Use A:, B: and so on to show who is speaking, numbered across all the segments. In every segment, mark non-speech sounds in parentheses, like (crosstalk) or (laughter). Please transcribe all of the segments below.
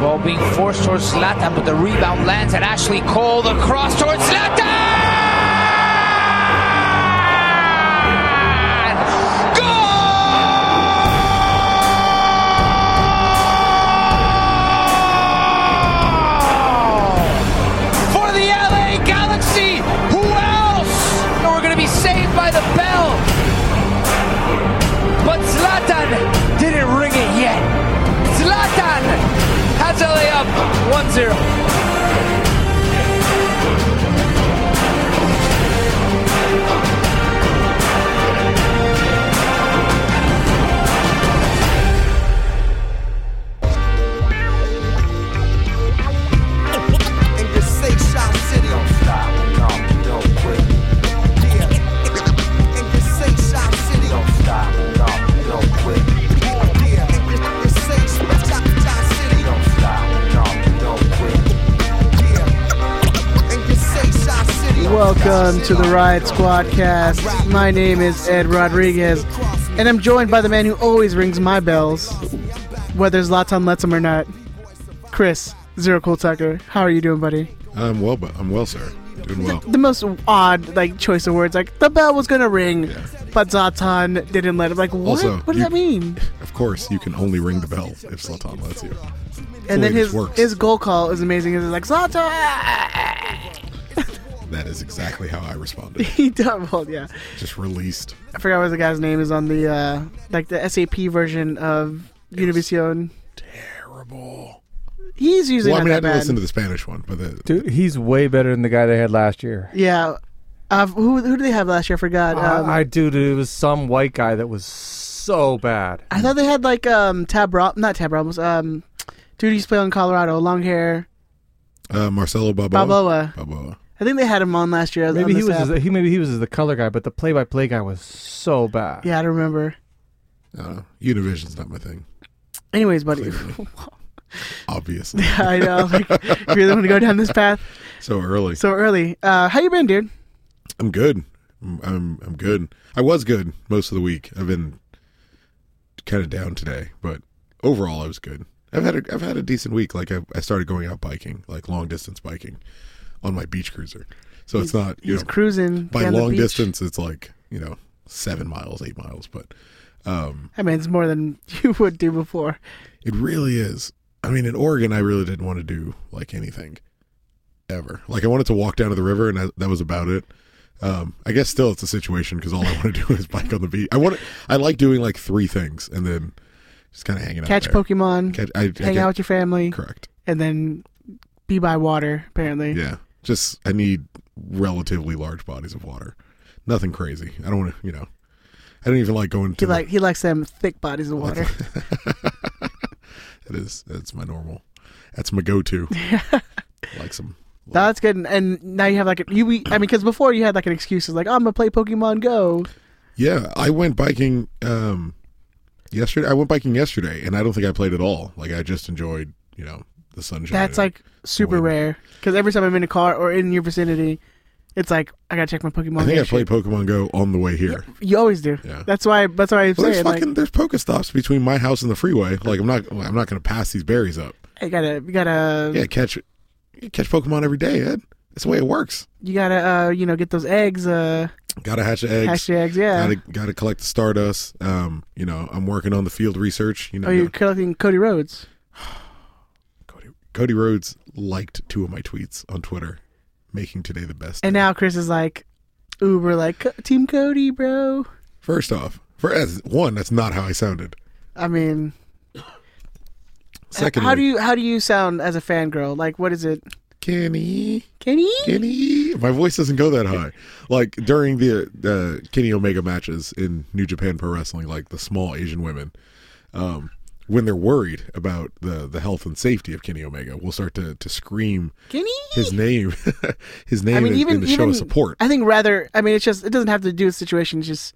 A: Now being forced towards Zlatan, but the rebound lands at Ashley Cole. The cross towards Zlatan! Goal! For the LA Galaxy! Who else? We're going to be saved by the bell. But Zlatan didn't ring it yet. Zlatan has LA up 1 0.
B: and just say Shout City. Don't stop, no, don't quit. Yeah, and just say Shout City. Don't stop, no, don't quit. Yeah, and just say Shout Shout City. Don't stop, no, don't quit. Yeah, and just say Shout City.
C: Welcome to the Riot Squad cast. My name is Ed Rodriguez, and I'm joined by the man who always rings my bells, whether Zlatan lets him or not. Chris, Zero Cool Tucker, how are you doing, buddy?
D: I'm well, but I'm well, sir. Doing well.
C: The most odd like choice of words, like the bell was gonna ring, but Zlatan didn't let him. Like what?
D: Also,
C: what does
D: you-
C: that
D: (laughs)
C: mean?
D: Of course, you can only ring the bell if Sultan lets you.
C: And
D: way
C: then
D: this
C: his
D: works.
C: his goal call is amazing. It's like Zlatan. (laughs)
D: That is exactly how I responded.
C: He doubled. Yeah.
D: Just released.
C: (laughs) I forgot what the guy's name is on the uh, like the SAP version of Univision.
D: Terrible.
C: He's usually
D: Well, I
C: not
D: mean, I
C: that
D: didn't
C: bad.
D: listen to the Spanish one, but the,
E: Dude, he's way better than the guy they had last year.
C: yeah, uh, who who did they have last year? I
D: Uh,
C: forgot. Um,
E: I,
C: I,
E: I do. Dude, it was some white guy that was so bad.
C: thought they had like um Tab Rob, not Tab Robbins. Um, dude, he used to play on Colorado, long hair.
D: uh, Marcelo Balboa.
C: Balboa.
D: Balboa.
C: I think they had him on last year. on
E: Maybe he
C: this
E: was
C: app.
E: the- he maybe he was the color guy, but the play-by-play guy was so bad.
C: yeah, I don't remember.
D: I don't know. Uh, Univision's not my thing,
C: Anyways, buddy.
D: Clearly.
C: (laughs)
D: obviously.
C: I know. Like, you really want to go down this path
D: so early.
C: so early. Uh, how you been, dude?
D: I'm good. I'm, I'm I'm good. I was good most of the week. I've been kind of down today, but overall I was good. I've had a, I've had a decent week. Like I, I started going out biking, like long distance biking, on my beach cruiser. So it's not you
C: He's
D: know
C: cruising
D: by
C: down the
D: long
C: beach.
D: distance it's like you know seven miles, eight miles, but um,
C: I mean, it's more than (laughs) you would do before.
D: it really is. I mean, in Oregon, I really didn't want to do like anything ever. Like I wanted to walk down to the river, and I, that was about it. Um, I guess still it's a situation because all I want to (laughs) do is bike on the beach. I want I like doing like three things and then just kind of hanging out.
C: Catch
D: there.
C: Pokemon,
D: Catch, I, I
C: hang
D: get-
C: out with your family,
D: Correct.
C: and then be by water. Apparently,
D: Yeah. Just I need relatively large bodies of water. Nothing crazy. I don't want to. You know. I don't even like going to.
C: he
D: the-
C: like he likes them thick bodies of
D: (laughs)
C: water.
D: that is that's my normal. That's
C: (laughs)
D: my go-to. like some.
C: That's good. And, and now you have like a, you. we- I mean, because before you had like an excuse, it's like I'm gonna play Pokemon Go.
D: Yeah, I went biking um yesterday. I went biking yesterday and I don't think I played at all. Like I just enjoyed, you know, the sunshine.
C: That's like super
D: Win.
C: rare. Because every time I'm in a car or in your vicinity, it's like I gotta check my Pokemon.
D: I think
C: Go
D: I played Pokemon Go on the way here.
C: shit. You always do.
D: Yeah.
C: That's why. That's why I'm
D: Well, there's
C: saying like,
D: fucking there's Pokestops between my house and the freeway. Like I'm not I'm not going to pass these berries up.
C: I gotta, you gotta,
D: Yeah, catch you catch Pokemon every day, Ed. That's the way it works.
C: you gotta, uh, you know, get those eggs, uh,
D: Got to hatch the eggs.
C: hatch your eggs. Yeah.
D: Got to got to collect the stardust. Um, you know, I'm working on the field research, you know.
C: oh, you're collecting Cody Rhodes.
D: Cody, Cody Rhodes liked two of my tweets on Twitter, making today the best.
C: And
D: day.
C: now Chris is like, Uber, like "Co- Team Cody, bro.
D: First off, for as one, that's not how I sounded.
C: I mean,
D: Secondly,
C: Uh, how do you how do you sound as a fangirl? Like, what is it,
D: Kenny?
C: Kenny?
D: Kenny, my voice doesn't go that high. Like during the uh, Kenny Omega matches in New Japan Pro Wrestling, like the small Asian women, um, when they're worried about the the health and safety of Kenny Omega, will start to to scream
C: Kenny?
D: his name, (laughs) his name
C: I mean,
D: in,
C: even
D: in the show
C: even
D: of support.
C: I think rather, I mean, it's just it doesn't have to do with situation. It's just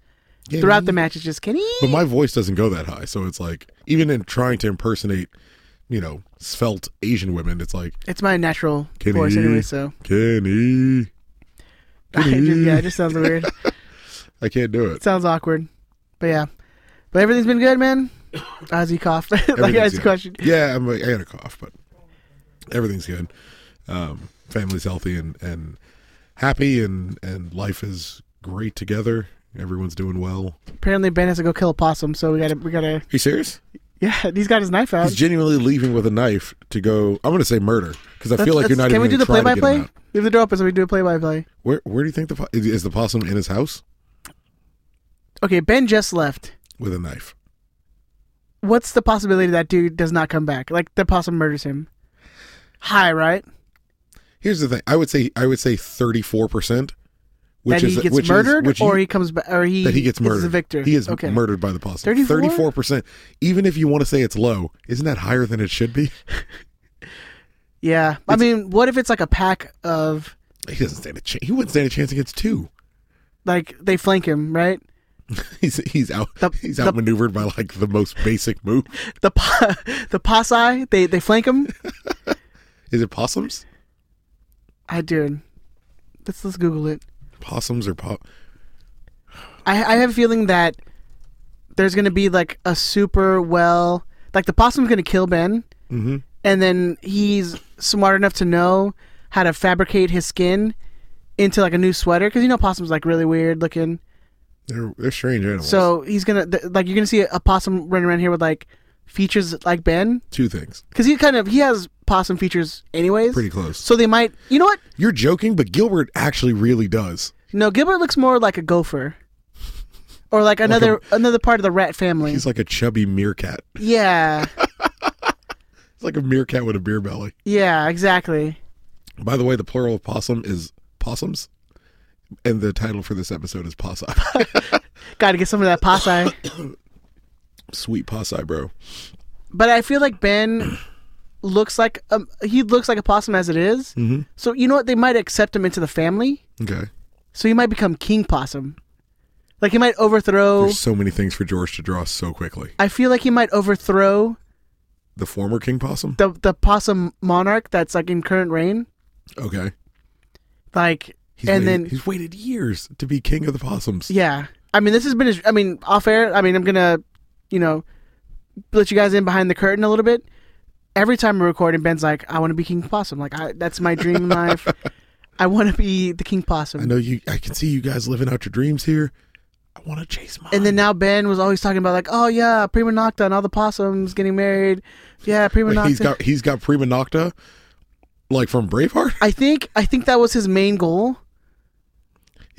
D: Kenny.
C: throughout the match, it's just Kenny.
D: But my voice doesn't go that high, so it's like even in trying to impersonate, you know, svelte Asian women, it's like
C: It's my natural
D: Kenny.
C: voice anyway, so (laughs)
D: Kenny.
C: I just, yeah, it just sounds weird.
D: I can't do it.
C: It sounds awkward, but yeah, but everything's been good, man. (coughs) Ozzy cough, (laughs) (laughs) like I
D: Everything's
C: just
D: good.
C: questioned.
D: Yeah, I'm like, I had a cough, but everything's good. Um, family's healthy and, and happy, and, and life is great together. Everyone's doing well.
C: Apparently, Ben has to go kill a possum, so we gotta, we gotta.
D: Are you serious?
C: Yeah, (laughs) he's got his knife out.
D: He's genuinely leaving with a knife to go. I'm going to say murder because I feel like
C: Let's-
D: you're not
C: Can
D: even
C: we do the
D: gonna try to get him
C: play-by-play?
D: out.
C: Leave the door open so we do a play-by-play.
D: Where Where do you think the po- is- is the possum in his house
C: Okay, Ben just left.
D: with a knife?
C: What's the possibility that dude does not come back? Like the possum murders him. High, right?
D: Here's the thing. I would say I would say 34 percent, which
C: that
D: is
C: he gets
D: which is-
C: murdered,
D: which
C: or
D: you-
C: he comes back, or he
D: that he gets murdered.
C: Is the victor.
D: He is
C: okay.
D: murdered by the possum.
C: 34?
D: 34 percent. Even if you want to say it's low, isn't that higher than it should be?
C: Yeah, I mean, what if it's like a pack of
D: He doesn't stand a chance. He wouldn't stand a chance against two. (laughs)
C: like they flank him, right?
D: He's he's out.
C: The-
D: he's
C: the-
D: outmaneuvered by like the most basic move.
C: The po- (laughs) the posse, they they flank
D: (laughs)
C: him.
D: Is it possums?
C: I dude, let's let's Google it.
D: Possums or po-
C: I I have a feeling that there's gonna be like a super well like the possum's gonna kill Ben,
D: Mm-hmm.
C: and then he's smart enough to know how to fabricate his skin into like a new sweater because you know possums like really weird looking.
D: They're they're strange animals.
C: So he's gonna th- like you're gonna see a possum running around here with like features like Ben
D: two things.
C: because he kind of he has possum features anyways.
D: Pretty close.
C: So they might you know what?
D: You're joking, but Gilbert actually really does.
C: No, Gilbert looks more like a gopher. Or like another another part of the rat family.
D: He's like a chubby meerkat.
C: yeah.
D: It's like a meerkat with a beer belly.
C: yeah, exactly.
D: By the way, the plural of possum is possums, and the title for this episode is possi.
C: Got to get some of that
D: (coughs)
C: posse.
D: (laughs) Sweet possi, bro.
C: but I feel like Ben looks like um, he looks like a possum as it is.
D: Mm-hmm.
C: So you know what? They might accept him into the family.
D: Okay.
C: So he might become king possum. Like he might overthrow.
D: There's so many things for George to draw so quickly.
C: I feel like he might overthrow
D: The former king possum.
C: the the possum monarch that's like in current reign.
D: Okay.
C: Like
D: He's
C: and
D: waited,
C: then
D: he's waited years to be king of the possums.
C: Yeah. I mean, this has been, his- I mean, off air, I mean, I'm going to, you know, let you guys in behind the curtain a little bit. Every time we're recording, Ben's like, I want to be King Possum. Like, I, that's my dream in life.
D: (laughs)
C: I want to be the King
D: I
C: Possum.
D: know you. I can see you guys living out your dreams here. I want to chase mine.
C: And then now Ben was always talking about, like, oh, yeah, Prima Nocta and all the possums getting married. Yeah, Prima
D: Like,
C: Nocta.
D: he's got he's got prima nocta, like from Braveheart. (laughs)
C: I think I think that was his main goal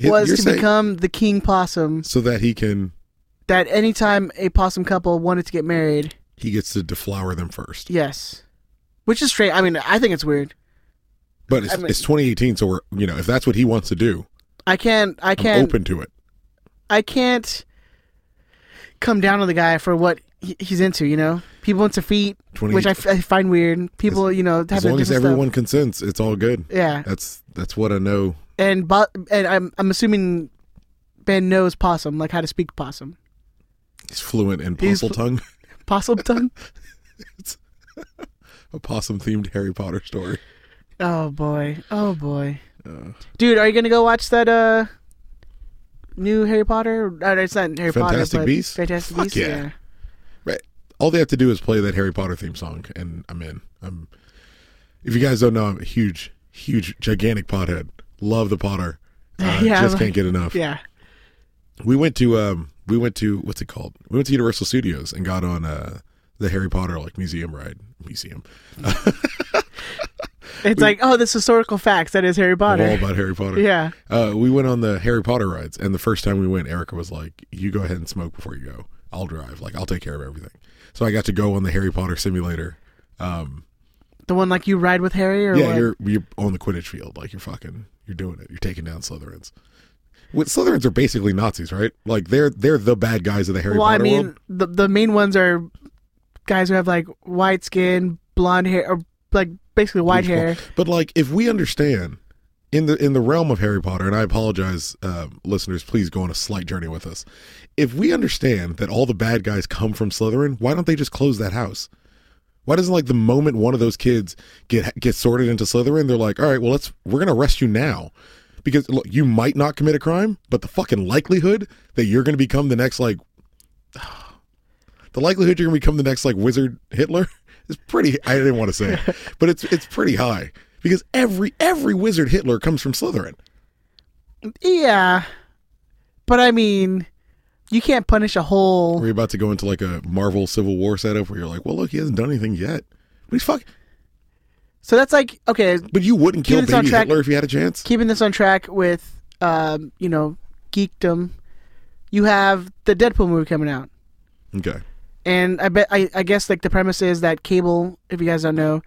C: was
D: You're
C: to
D: saying-
C: become the king possum.
D: so that he can
C: That anytime a possum couple wanted to get married,
D: he gets to deflower them first.
C: yes, which is straight. I mean, I think it's weird.
D: But it's,
C: I mean-
D: it's 2018, so we're you know if that's what he wants to do,
C: I can't. I
D: I'm
C: can't.
D: open to it.
C: I can't come down on the guy for what he- he's into. You know, people into feet,
D: 20
C: which I, f- I find weird. People, you know,
D: As
C: having
D: long as
C: different
D: everyone consents, it's all good.
C: Stuff. Yeah,
D: That's that's what I know.
C: and bo- and I'm I'm assuming Ben knows possum, like how to speak possum,
D: He's fluent in
C: He's
D: possum
C: fl-
D: tongue,
C: possum
D: (laughs)
C: tongue.
D: a possum themed Harry Potter story.
C: oh boy, oh boy,
D: Uh.
C: dude, are you gonna go watch that? uh New Harry Potter? Uh, it's not Harry Potter.
D: Fantastic
C: but
D: Beasts?
C: Fantastic
D: Fuck
C: Beasts.
D: yeah. Right. All they have to do is play that Harry Potter theme song, and I'm in. I'm. If you guys don't know, I'm a huge, huge, gigantic pothead. Love
C: (laughs)
D: the Potter. Uh,
C: Yeah,
D: just
C: like-
D: can't get enough.
C: Yeah.
D: We went to um we went to what's it called? We went to Universal Studios and got on uh the Harry Potter like museum ride museum
C: It's like, oh, this historical facts. That is Harry
D: all
C: Potter. (laughs)
D: about Harry Potter.
C: Yeah.
D: Uh, we went on the Harry Potter rides, and the first time we went, Erica was like, "You go ahead and smoke before you go. I'll drive. Like I'll take care of everything." So I got to go on the Harry Potter simulator. Um,
C: The one like you ride with Harry or
D: yeah,
C: what?
D: you're you're on the Quidditch field. Like you're fucking, you're doing it. You're taking down Slytherins. What Slytherins are basically Nazis, right? Like they're they're the bad guys of the Harry
C: well, I
D: Potter
C: mean,
D: world.
C: the the main ones are guys who have like white skin, blonde hair, or like basically white hair.
D: But like, if we understand in the in the realm of Harry Potter, and I apologize, um, listeners, please go on a slight journey with us. If we understand that all the bad guys come from Slytherin, why don't they just close that house? Why doesn't like the moment one of those kids get get sorted into Slytherin, they're like, all right, well, let's we're gonna arrest you now. Because look, you might not commit a crime, but the fucking likelihood that you're going to become the next like, the likelihood you're going to become the next like wizard Hitler (laughs) It's pretty. I didn't want to say,
C: (laughs)
D: it, but it's it's pretty high because every every wizard Hitler comes from Slytherin.
C: Yeah, but I mean, you can't punish a whole.
D: We're about to go into like a Marvel Civil War setup where you're like, well, look, he hasn't done anything yet, but he's fuck.
C: So that's like okay,
D: But you wouldn't kill
C: Keep this on
D: baby
C: track.
D: Hitler if you had a chance.
C: keeping this on track with um, you know geekdom. You have the Deadpool movie coming out.
D: Okay.
C: and I bet I, I guess like the premise is that Cable, if you guys don't know,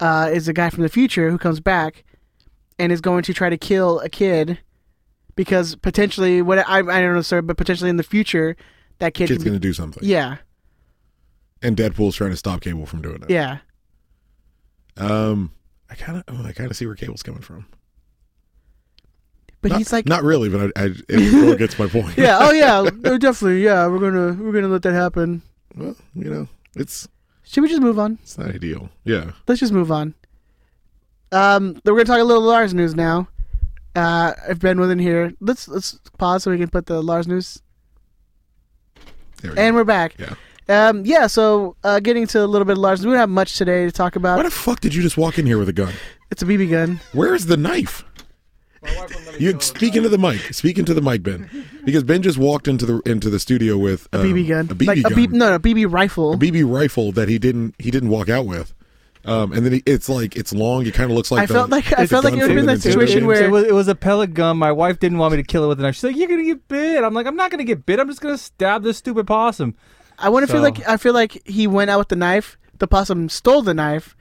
C: uh, is a guy from the future who comes back and is going to try to kill a kid because potentially what I I don't know sir, but potentially in the future that kid
D: Kid's
C: can be,
D: gonna do something.
C: yeah
D: And Deadpool's trying to stop Cable from doing it.
C: yeah
D: Um, I kind of, oh, I kind of see where Cable's coming from.
C: but
D: Not-
C: he's like
D: not really, but I, I
C: (laughs)
D: it gets my point.
C: yeah oh yeah no, definitely yeah we're gonna we're gonna let that happen
D: Well, you know, it's
C: should we just move on
D: it's not ideal. Yeah.
C: let's just move on um then we're gonna talk a little Lars news now uh if Ben wasn't here let's let's pause so we can put the Lars news
D: There we
C: and
D: go.
C: we're back
D: yeah.
C: Um, yeah, so uh, getting to a little bit of Lars, we don't have much today to talk about.
D: Why the fuck did you just walk in here with a gun?
C: it's a BB gun.
D: Where is the knife? You speaking to the mic. Speaking to the mic, Ben, because Ben just walked into the into the studio with um,
C: BB gun.
D: a BB
C: like
D: gun,
C: a BB, no, no, BB rifle.
D: a BB rifle that he didn't he didn't walk out with. Um, and then he, it's like it's long. It kind of looks like
C: I
D: the-
C: felt like- I
D: the
C: felt like
D: gun
C: it would've been
D: from the
C: that
D: Nintendo
C: situation
D: games.
C: where-
E: It was, it was a pellet gun. My wife didn't want me to kill it with a knife. She's like, "You're gonna get bit." I'm like, "I'm not gonna get bit. I'm just gonna stab this stupid possum."
C: I want to feel
E: So-
C: like I feel like he went out with the knife. The possum stole the
D: (laughs)
C: knife,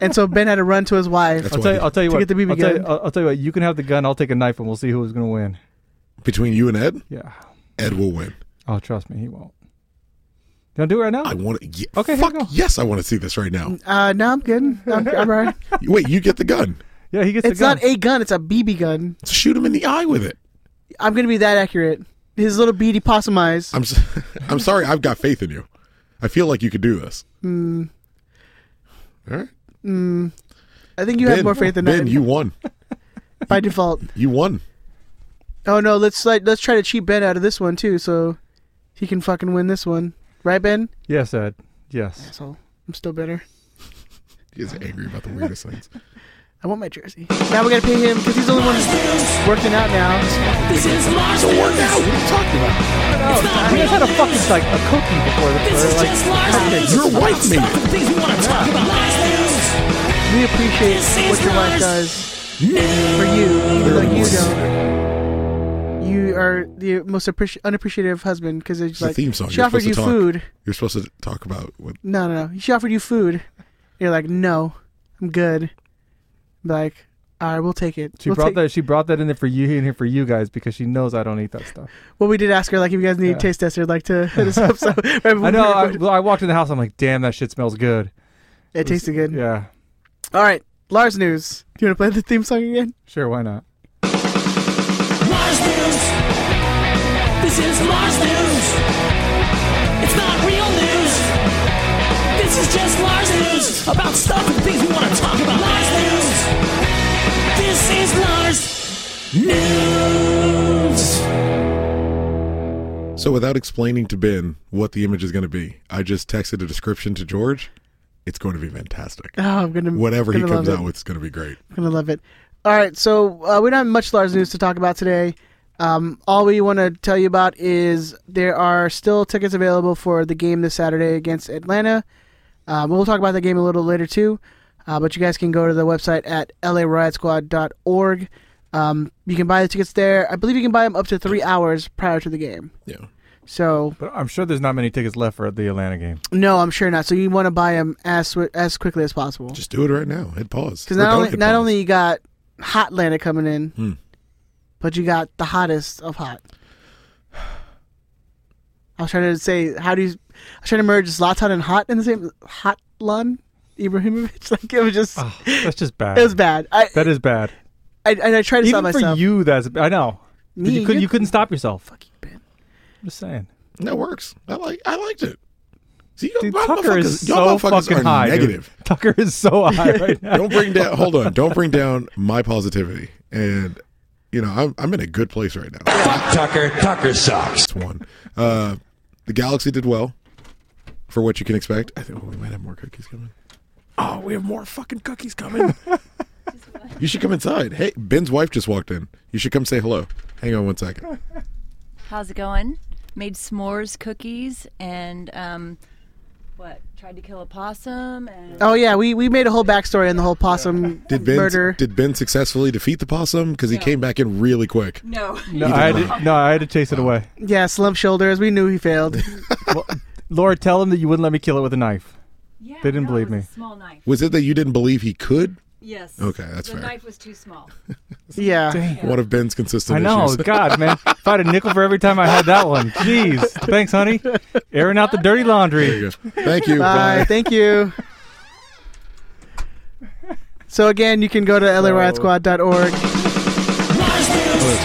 C: and so Ben had to run to his wife.
D: That's
E: I'll
D: why
E: tell you.
D: he-
E: I'll tell you
C: To
E: what.
C: get the BB
E: I'll, tell you,
C: gun.
E: I'll, I'll tell you what. You can have the gun. I'll take a knife, and we'll see who's gonna win.
D: between you and Ed,
E: Yeah.
D: Ed will win.
E: Oh, trust me, he won't. Don't do it right now.
D: I want to.
E: Okay, here
D: fuck
E: we go.
D: yes, I want to see this right now.
C: Uh, no, I'm good. I'm, I'm
D: (laughs)
C: all right.
D: Wait, you get the gun.
E: yeah, he gets
C: It's
E: the gun.
C: not a gun. It's a BB gun.
D: Shoot him in the eye with it.
C: I'm gonna be that accurate. His little beady possum eyes.
D: I'm s- (laughs) I'm sorry. I've got faith in you. I feel like you could do this.
C: Hmm.
D: All right.
C: I think you
D: ben,
C: have more faith than
D: Ben.
C: I
D: You won.
C: by default.
D: You won.
C: Oh no, let's like, let's try to cheat Ben out of this one too, so he can fucking win this one, right, Ben?
E: yes, Ed. Yes.
C: Asshole. I'm still bitter.
D: He's angry about the
C: (laughs)
D: weirdest things.
C: I want my jersey. Now we gotta pay him because he's the only one working out now.
F: This is Lars
D: Don't work
F: News.
D: out. What are you talking about?
F: It's not
E: We
F: real
E: just had a
F: news.
E: fucking like a cookie before
F: This
E: this.
F: is
E: or, Like,
F: just Lars News.
D: Your wife made
F: Stop
D: it.
F: the things we want to talk about. Lars News.
C: We appreciate
F: This is
C: what your wife
F: Lars.
C: does for you, even though you don't. You are the most appreci- unappreciative husband because it's
D: It's a
C: like
D: theme song.
C: she
D: You're
C: offered
D: supposed
C: you
D: to
C: food.
D: talk. You're supposed to talk about what.
C: No, no, no. She offered you food. You're like, no, I'm good. I'm like, all right, we'll take it.
E: she
C: We'll
E: brought
C: take-
E: that. She brought that in there for you in here for you guys because she knows I don't eat that (laughs) stuff.
C: Well, we did ask her like, if you guys need
E: Yeah.
C: a taste tester, like
E: (laughs)
C: to hit us up. So (laughs) right before
E: I
C: we
E: know. I,
C: recorded-
E: well, I walked in the house. I'm like, damn, that shit smells good.
C: it tasted good.
E: Yeah.
C: All right, Lars news. Do you want to play the theme song again?
E: Sure. Why not?
F: Lars News. This is Lars News. It's not real news. This is just Lars News about stuff and things we want to talk about. Lars News. This is Lars News.
D: So without explaining to Ben what the image is going to be, I just texted a description to George. It's going to
C: (laughs)
D: be fantastic.
C: Oh, I'm gonna
D: Whatever he
C: gonna
D: comes
C: love it.
D: out with, it's going to be great.
C: I'm gonna love it. All right, so uh, we don't have much Lars news to talk about today. Um, all we want to tell you about is there are still tickets available for the game this Saturday against Atlanta. Uh, we'll talk about the game a little later too, uh, but you guys can go to the website at lariotsquad.org. Um, you can buy the tickets there. I believe you can buy them up to three hours prior to the game.
D: Yeah.
C: So
E: But I'm sure there's not many tickets left for the Atlanta game.
C: no, I'm sure not. So you want to buy them as swi- as quickly as possible.
D: Just do it right now. Hit pause.
C: Because
D: Or
C: not
D: don't
C: only
D: hit
C: not
D: pause.
C: only you got hot Lanta coming in,
E: Hmm.
C: but you got the hottest of hot. I was trying to say how do you? I was trying to merge Zlatan and hot in the same hot lun Ibrahimovic. (laughs) Like it was just
E: (sighs) That's just bad.
C: it was bad. I,
E: Ah. That is bad.
C: I and I tried to
E: Even
C: stop
E: for
C: myself.
E: you, that's I know.
C: Me,
E: you couldn't.
C: you-
E: You couldn't stop yourself.
C: Fuck you, Ben.
E: I'm just saying.
D: That works. I like. I liked it. See, y'all
E: Dude, Tucker
D: motherfuckers,
E: is so
D: y'all motherfuckers
E: fucking
D: are
E: high. dude.
D: negative.
E: Tucker is (laughs) so high right now.
D: Don't bring (laughs) down. hold on. Don't bring down my positivity. And you know, I'm I'm in a good place right now.
G: Fuck Tucker. Tucker sucks.
D: That's one. Uh, the Galaxy did well. for what you can expect. I think oh, we might have more cookies coming. Oh, we have more fucking cookies coming. (laughs) you should come inside. Hey, Ben's wife just walked in. You should come say hello. Hang on one second.
G: How's it going? Made s'mores cookies and um, what? Tried to kill a possum and
C: Oh yeah, we, we made a whole backstory on the whole possum
D: Did Ben
C: murder.
D: did Ben successfully defeat the possum? Because he came back in really quick.
G: no.
E: No, I had to, no, I had to chase it away.
C: yeah, slump shoulders. We knew he
D: (laughs)
C: failed.
E: (laughs) Well, Laura, tell him that you wouldn't let me kill it with a knife.
G: (laughs) Yeah,
E: They didn't
G: no, it
E: believe
G: was a
E: me.
G: small knife.
D: Was it that you didn't believe he could?
G: Yes.
D: Okay, that's
G: the
D: fair.
G: knife was too small.
C: yeah.
D: One of Ben's consistent
E: I
D: (laughs)
E: know,
D: issues.
E: God, man. If I had a nickel for every time I had that one, jeez. Thanks, honey. Airing out the dirty laundry.
D: There you go. Thank you.
C: Bye. Thank you. So again, you can go to lariotsquad.org.
F: Mars
D: Oh,
F: news.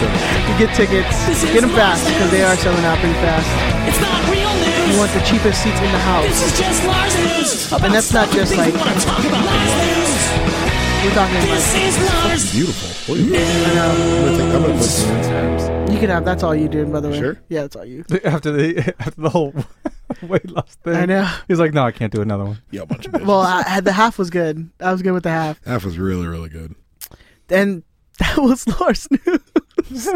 D: that's right.
C: You get tickets. Get them fast because they are selling out pretty fast.
F: It's not real
C: You want
F: news.
C: the cheapest seats in the
F: This
C: house.
F: is just Lars news. About
C: that's not
F: stuff and
C: just like-
F: things we want to talk about. Lars news.
C: We're talking
F: This
C: about.
F: is Lars.
D: Beautiful. What do you- I'm gonna take- I'm gonna put some in.
C: You could have. That's all you doing, by the way.
D: Sure.
C: Yeah, that's all you.
E: After the after the whole (laughs) weight loss thing.
C: I know.
E: He's like, no, I can't do another one.
D: Yeah, a bunch of bitches.
C: Well, I, I- the half was good. I was good with the half,
D: that was really, really good.
C: and (laughs) that was Lars news.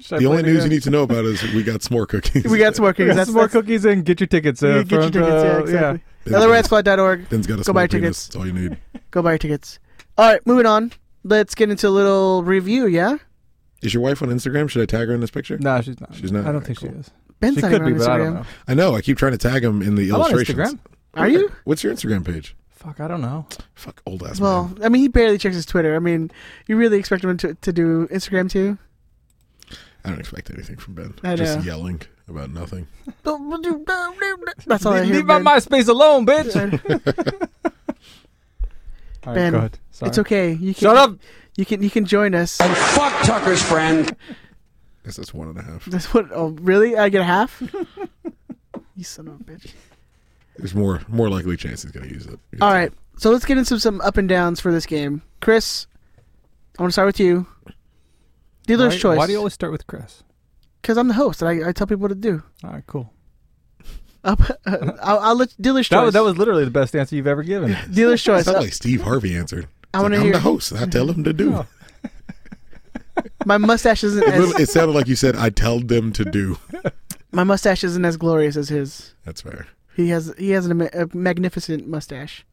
E: Should I
D: the
E: play
D: only
E: it
D: news
E: again?
D: you need to know about is we got s'more cookies.
C: We
D: (laughs)
C: got some more cookies.
E: Get
C: That's
E: some more
C: that's-
E: cookies and get your tickets. Uh,
C: you Get your
E: from,
C: tickets. Yeah,
E: uh,
C: exactly.
D: yeah.
C: LariotsQuad.org.
D: Ben's got a
C: Go buy
D: small penis.
C: tickets.
D: That's all you need.
C: Go buy your tickets. All right, moving on. Let's get into a little review. Yeah,
D: Is your wife on Instagram? Should I tag her in this picture?
E: No, she's not.
D: She's not?
E: I don't
D: Alright,
E: think she
D: cool.
E: is.
C: Ben's
E: She
C: not
E: could
C: even
E: be,
C: on
E: but I don't
C: Instagram.
E: know.
D: I know. I keep trying to tag him in the
E: I'm on
D: illustrations.
E: Instagram.
C: Are you?
D: What's your Instagram page?
E: Fuck, I don't know.
D: Fuck old ass
C: Well,
D: man.
C: I mean, he barely checks his Twitter. I mean, you really expect him to, to do Instagram too?
D: I don't expect anything from Ben.
C: I know.
D: Just yelling about nothing.
C: That's all I hear.
E: Leave my
C: Ben.
E: MySpace alone, bitch. (laughs) All right,
C: Ben,
E: go ahead. Sorry.
C: It's okay. You can,
E: Shut up.
C: You can you can join us.
H: Fuck Tucker's friend.
D: I guess that's one and a half.
C: That's what. Oh, really? I get a
E: (laughs)
C: half? you son of a bitch.
D: There's more more likely chance he's gonna use it.
C: All right. So let's get into some up and downs for this game. Chris, I want to start with you. Dealer's
E: why,
C: choice.
E: Why do you always start with Chris?
C: Because I'm the host and I, I tell people what to do.
E: All right, cool.
C: I'll, (laughs) I'll, I'll let dealer's
E: That
C: choice.
E: was, that was literally the best answer you've ever given.
C: dealer's
D: It
C: choice.
D: sounded like Steve Harvey answered.
C: I want
D: Like,
C: to
D: I'm
C: hear
D: the host. I tell him to do.
E: Oh.
C: my mustache isn't
D: It, literally-
C: as
D: it sounded like you said, "I tell them to do."
C: my mustache isn't as glorious as his.
D: That's fair.
C: He has he has an, ama- a magnificent mustache.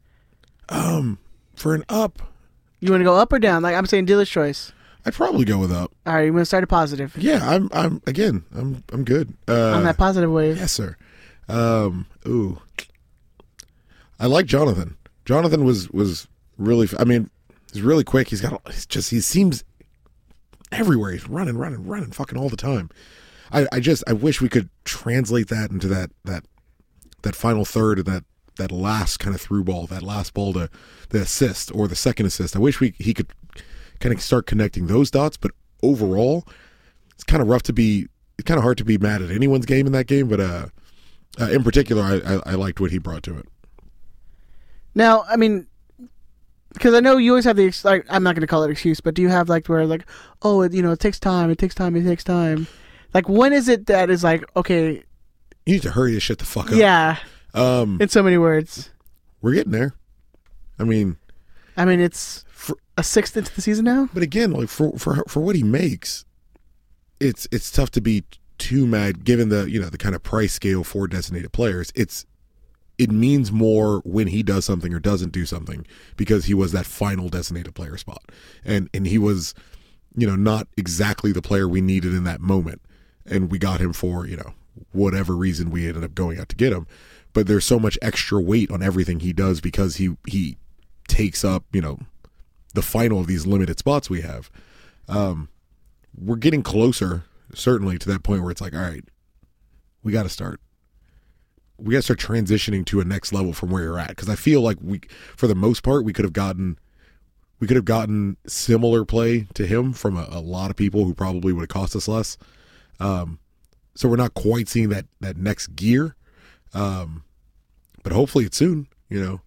D: Um, for an up,
C: You want to go up or down? Like I'm saying, dealer's choice.
D: I'd probably go with up.
C: All right, you want to start a positive
D: Yeah, I'm. I'm again. I'm. I'm good. Uh,
C: on that positive wave.
D: Yes, sir. Um, ooh, I like Jonathan. Jonathan was was really. I mean, he's really quick. He's got. He's just. He seems everywhere. He's running, running, running, fucking all the time. I, I just. I wish we could translate that into that that that final third of that that last kind of through ball, that last ball to the assist or the second assist. I wish we he could kind of start connecting those dots. But overall, it's kind of rough to be it's kind of hard to be mad at anyone's game in that game but uh, uh in particular I, I i liked what he brought to it
C: Now, I mean, because I know you always have the ex- like I'm not going to call it excuse, but do you have like where like oh it, you know it takes time, it takes time, it takes time. Like when is it that is like okay,
D: you need to hurry this shit the fuck up
C: yeah,
D: um
C: in so many words.
D: we're getting there i mean
C: I mean, it's
D: For-
C: a sixth into the season now.
D: but again like for for for what he makes it's it's tough to be too mad given the you know the kind of price scale for designated players it's it means more when he does something or doesn't do something because he was that final designated player spot and and he was you know not exactly the player we needed in that moment and we got him for you know whatever reason we ended up going out to get him but there's so much extra weight on everything he does because he he takes up you know the final of these limited spots we have. Um, we're getting closer, certainly, to that point where it's like, all right, we got to start. We got to start transitioning to a next level from where you're at. Because I feel like we, for the most part, we could have gotten, we could have gotten similar play to him from a, a lot of people who probably would have cost us less. Um, so we're not quite seeing that that next gear, um, but hopefully it's soon. You know,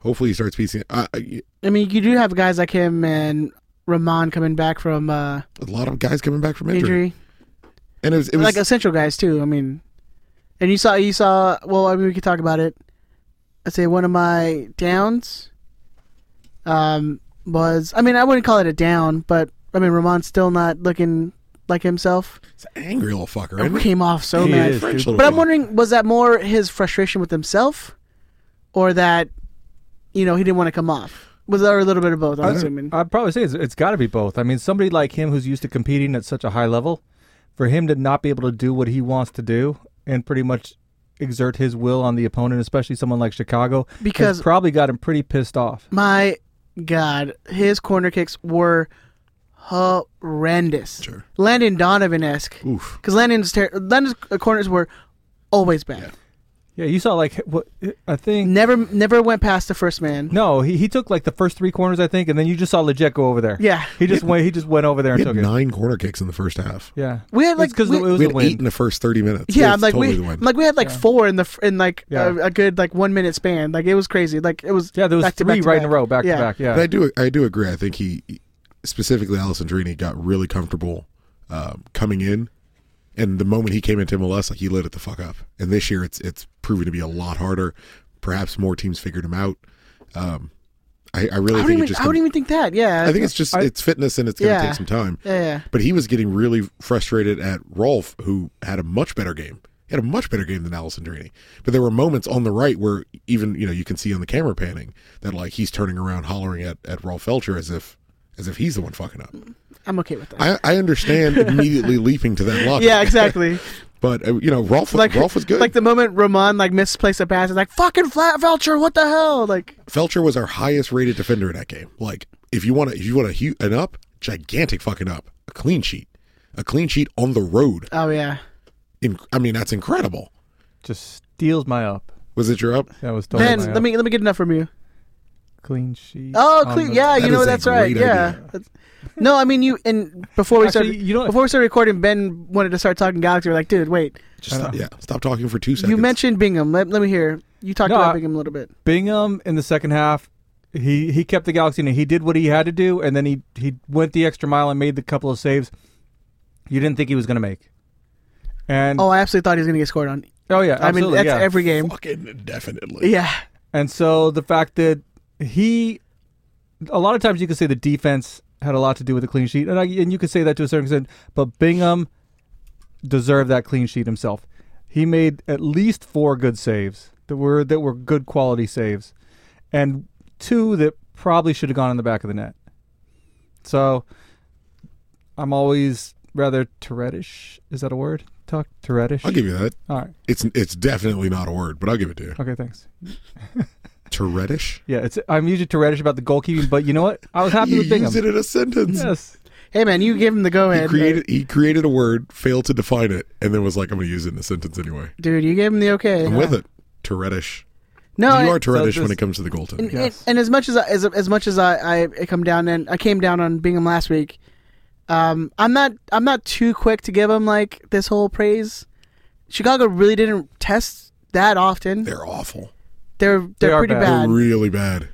D: hopefully he starts piecing. I, I,
C: I mean, you do have guys like him and Ramon coming back from uh,
D: a lot of guys coming back from injury,
C: injury,
D: and it was it was
C: like essential guys too. I mean, And you saw you saw well, I mean we could talk about it. I'd say one of my downs um was I mean I wouldn't call it a down, but I mean Ramon's still not looking like himself.
D: It's an angry little fucker.
C: It
D: isn't it?
C: came off so
E: He
C: mad.
E: is,
D: French
E: dude.
D: little
C: But I'm
D: fucker.
C: wondering, was that more his frustration with himself, or that, you know, he didn't want to come off? Was there a little bit of both? I'm assuming.
E: I'd probably say it's, it's got to be both. I mean, somebody like him who's used to competing at such a high level, for him to not be able to do what he wants to do and pretty much exert his will on the opponent, especially someone like Chicago, has
C: Because-
E: probably got him pretty pissed off.
C: My God, his corner kicks were horrendous.
D: Sure.
C: Landon Donovan esque.
D: Oof.
C: Because Landon's ter- Landon's uh, corners were always bad.
E: Yeah, you saw like what I think.
C: Never, never went past the first man.
E: No, he, he took like the first three corners, I think, and then you just saw Leggett go over there.
C: Yeah.
E: he just went. He just went over there and
D: We had
E: took it.
D: nine corner kicks in the first half.
E: Yeah,
C: We had, like,
E: because
C: we-
E: it was
D: We
E: a
D: had
E: win.
D: eight in the first thirty minutes.
C: Yeah,
D: It's
C: I'm like
D: totally the
C: we,
D: win.
C: I'm like we had like four in the fr- in like
E: Yeah.
C: a, a good like one minute span. Like it was crazy. Like it was
E: yeah, there was
C: back to
E: three
C: back to
E: right
C: back.
E: in a row, back
C: yeah.
E: to back.
D: But I
E: Yeah,
D: do I do agree. I think he specifically Alessandrini got really comfortable um, coming in, and the moment he came into MLS, like he lit it the fuck up. And this year, it's it's proven to be a lot harder. Perhaps more teams figured him out. Um, I, I really
C: I
D: think
C: don't
D: it
C: even,
D: just.
C: I don't even think that. Yeah,
D: I think it's just
E: I-
D: it's fitness and it's going to
C: Yeah.
D: take some time.
C: Yeah, yeah.
D: But he was getting really frustrated at Rolf, who had a much better game. He had a much better game than Alessandrini. But there were moments on the right where even you know you can see on the camera panning that like he's turning around hollering at at Rolf Felcher as if as if he's the one fucking up.
C: I'm okay with that.
D: I,
C: (laughs)
D: I understand immediately leaping to that lock.
C: yeah, exactly.
D: (laughs) But uh, you know Rolf
C: Like
D: Rolf was good.
C: Like the moment Ramon like misplaced a pass, it's like fucking flat vulture. What the hell? Like
D: Felcher was our highest rated defender in that game. Like, if you want to, if you want a hu- an up, gigantic fucking up, a clean sheet, a clean sheet on the road.
C: oh yeah,
D: In, I mean, that's incredible.
E: just steals my up.
D: Was it your up?
E: That was totally
C: Ben.
E: my
C: Let
E: up.
C: me let me get enough from you.
E: clean sheet.
C: Oh,
E: on
C: clean.
E: the-
C: Yeah,
D: Um, That
C: you know
D: is a
C: that's right.
D: great
C: Yeah.
D: idea.
C: That's- No, I mean you. And before we
E: Actually,
C: started,
E: you know-
C: before we started recording, Ben wanted to start talking Galaxy. We're like, dude, wait.
D: Just stop, yeah. Stop talking for two seconds.
C: You mentioned Bingham. Let, let me hear. You talked
E: No,
C: about
E: I-
C: Bingham a little bit.
E: Bingham in the second half, he he kept the Galaxy in it. He did what he had to do, and then he he went the extra mile and made the couple of saves you didn't think he was going to make. And
C: Oh,
E: oh,
C: I absolutely thought he was going to get scored on.
E: yeah,
C: I mean,
E: absolutely,
C: that's
E: yeah.
C: every game.
D: fucking definitely.
C: Yeah.
E: And so the fact that he, a lot of times you could say the defense had a lot to do with the clean sheet, and I, and you could say that to a certain extent. But Bingham deserved that clean sheet himself. He made at least four good saves that were that were good quality saves, and two that probably should have gone in the back of the net. So I'm always rather Tourette-ish. Is that a word? Talk Tourette-ish.
D: I'll give you that.
E: All right.
D: It's it's definitely not a word, but I'll give it to you.
E: Okay. Thanks.
D: Tourette-ish?
E: Yeah, it's I'm usually Tourette-ish about the goalkeeping, but you know what? I was happy
D: You
E: with Bingham.
D: used it in a sentence.
E: Yes.
C: Hey man, you gave him the go
D: He
C: ahead.
D: created he created a word, failed to define it, and then was like, "I'm going to use it in a sentence anyway."
C: dude. You gave him the okay.
D: I'm with it. Tourette-ish.
C: No,
D: you
C: I-
D: are Tourette-ish
E: So
D: when
E: this-
D: it comes to the goaltending.
C: And-
E: Yes.
C: And as much as I, as as much as I, I come down and I came down on Bingham last week, um, I'm not I'm not too quick to give him like this whole praise. Chicago really didn't test that often. They're
D: They're awful.
C: they're,
E: are
C: pretty
E: bad.
C: bad.
D: They're really bad.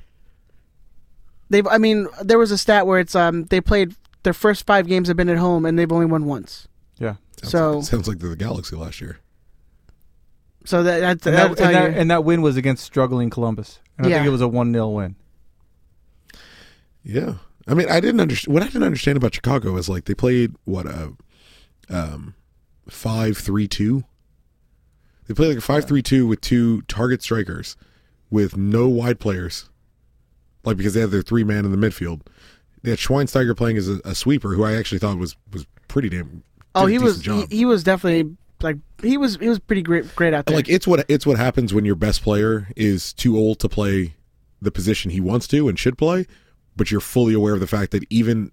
C: They've I mean there was a stat where it's um they played their first five games have been at home and they've only won once.
E: Yeah.
D: Sounds
C: So-
D: like, sounds like they're the Galaxy last year.
C: So that that's
E: And
C: that'll
E: that,
C: tell
E: and, that,
C: you.
E: and that win was against struggling Columbus. And I
C: Yeah.
E: think it was a 1 0 win.
D: Yeah, I mean, I didn't understand what I didn't understand about Chicago is like they played what a um, five three two. They played like a five three two with two target strikers, with no wide players, like because they had their three man in the midfield. They had Schweinsteiger playing as a, a sweeper, who I actually thought was was pretty damn.
C: oh,
D: did a
C: he
D: decent
C: was he,
D: job.
C: he was definitely like he was he was pretty great great out there.
D: like it's what it's what happens when your best player is too old to play the position he wants to and should play, but you're fully aware of the fact that even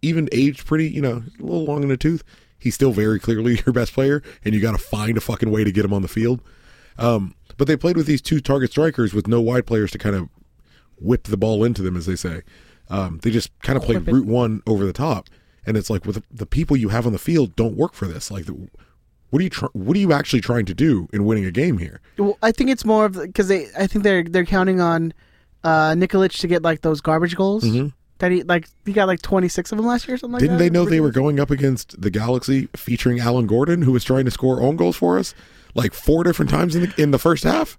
D: even aged pretty, you know, a little long in the tooth, he's still very clearly (laughs) your best player, and you got to find a fucking way to get him on the field. Um, but they played with these two target strikers with no wide players to kind of whip the ball into them, as they say. Um, they just kind of played route one over the top, and it's like with the, the people you have on the field don't work for this. Like, the, what are you try- what are you actually trying to do in winning a game here?
C: Well, I think it's more of because they. I think they're they're counting on uh, Nikolic to get like those garbage goals that he like he got like twenty six of them last year or something.
D: Mm-hmm. Didn't
C: like that.
D: they know they were going up against the Galaxy featuring Alan Gordon, who was trying to score own goals for us? like four different times in the in the first half.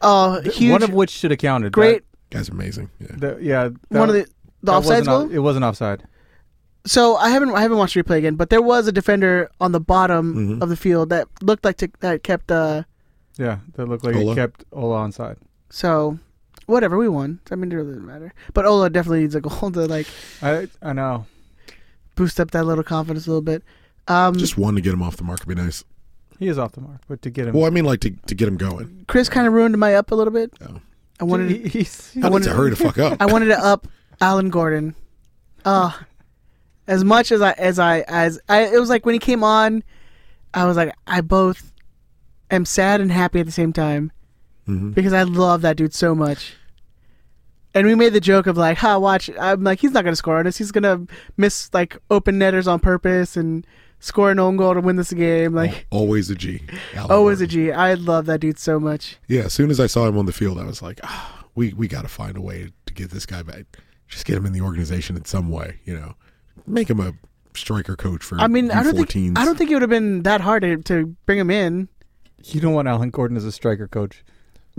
C: Oh, huge.
E: One of which should have counted.
C: great.
D: Guy's amazing. Yeah.
E: That, that- yeah. that-
C: one of the the
E: that
C: offsides
E: wasn't off-
C: goal.
E: It wasn't offside.
C: so I haven't I haven't watched replay again, but there was a defender on the bottom
D: Mm-hmm.
C: of the field that looked like to, that kept. Uh,
E: Yeah, that looked like
D: Ola?
E: it kept Ola onside.
C: so, whatever we won. I mean, it really doesn't matter. But Ola definitely needs a goal (laughs) to like
E: I I know.
C: boost up that little confidence a little bit. Um,
D: Just one to get him off the mark would be nice.
E: He is off the mark, but to get him,
D: Well, I mean, like to, to get him going.
C: Chris kind of ruined my up a little bit.
D: Oh.
C: I wanted
E: he, he's,
D: I need to hurry the fuck up.
C: (laughs) I wanted to up Alan Gordon. Uh as much as I as I as I it was like when he came on, I was like I both am sad and happy at the same time because I love that dude so much. And we made the joke of like, "Ha, watch!" I'm like, he's not gonna score on us. He's gonna miss like open netters on purpose and score an own goal to win this game. Like,
D: Always a G. Alan
C: oh, is a
D: Gordon.
C: G. I love that dude so much.
D: Yeah. As soon as I saw him on the field, I was like, ah, we we got to find a way to get this guy back. Just get him in the organization in some way. You know, make him a striker coach for.
C: I mean, I don't
D: U14s.
C: think I don't think it would have been that hard to, to bring him in.
E: you don't want Alan Gordon as a striker coach.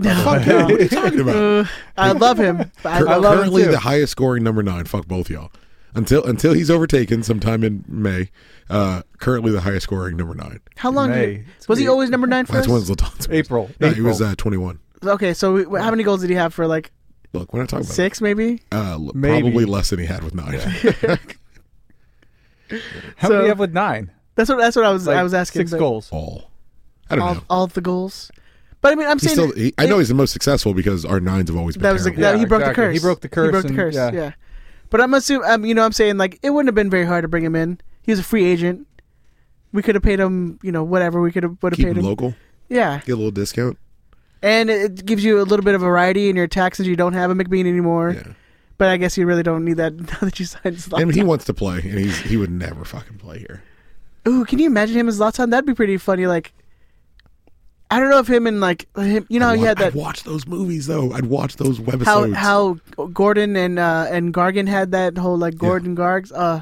D: (laughs)
C: Fuck no.
D: What are you talking about?
C: Uh, I love
E: (laughs)
C: him. but I
D: Cur-
C: love him
D: currently
C: too.
D: the highest scoring number nine. Fuck both y'all. Until until he's overtaken sometime in May. Uh, currently the highest scoring number nine.
C: How long
E: May.
C: did, was he
E: It's
C: always number nine for
D: That's
C: us? (laughs)
D: when Zlatan's
E: April.
D: (laughs) No, he
E: April.
D: was uh, twenty one.
C: Okay, so we, how many goals did he have for like
D: Look, we're not talking about
C: six, maybe?
D: Uh, l-
E: Maybe.
D: probably less than he had with nine. (laughs)
E: How
C: so-
E: many have with nine?
C: That's what that's what I was
E: Like
C: I was asking.
E: six
C: but
E: goals.
D: All. I don't
C: All,
D: know.
C: all of the goals, but I mean, I'm
D: He's
C: saying
D: still, he, I know he's the most successful because our nines have always been
C: that was the,
D: terrible.
C: that, he
E: Yeah,
C: broke
E: exactly.
C: the curse.
E: He broke the curse
C: He broke the
E: and-
C: curse.
E: yeah.
C: yeah, but I'm assuming um, you know I'm saying like it wouldn't have been very hard to bring him in. He was a free agent. We could have paid him, you know, whatever we could have would have
D: Keep
C: paid
D: him
C: him.
D: local.
C: Yeah,
D: Get a little discount.
C: and it it gives you a little bit of variety in your taxes. You don't have a McBean anymore,
D: Yeah.
C: but I guess you really don't need that (laughs) now that you signed. Zlatan.
D: And he wants to play, and he's he would never fucking play here.
C: Ooh, can you imagine him as Zlatan? That'd be pretty funny. Like, I don't know if him and like him, you know, how
D: I'd
C: he
D: wa-
C: had that
D: I'd watch those movies though. I'd watch those webisodes.
C: how how Gordon and uh and Gargan had that whole like Gordon Gargs. Uh,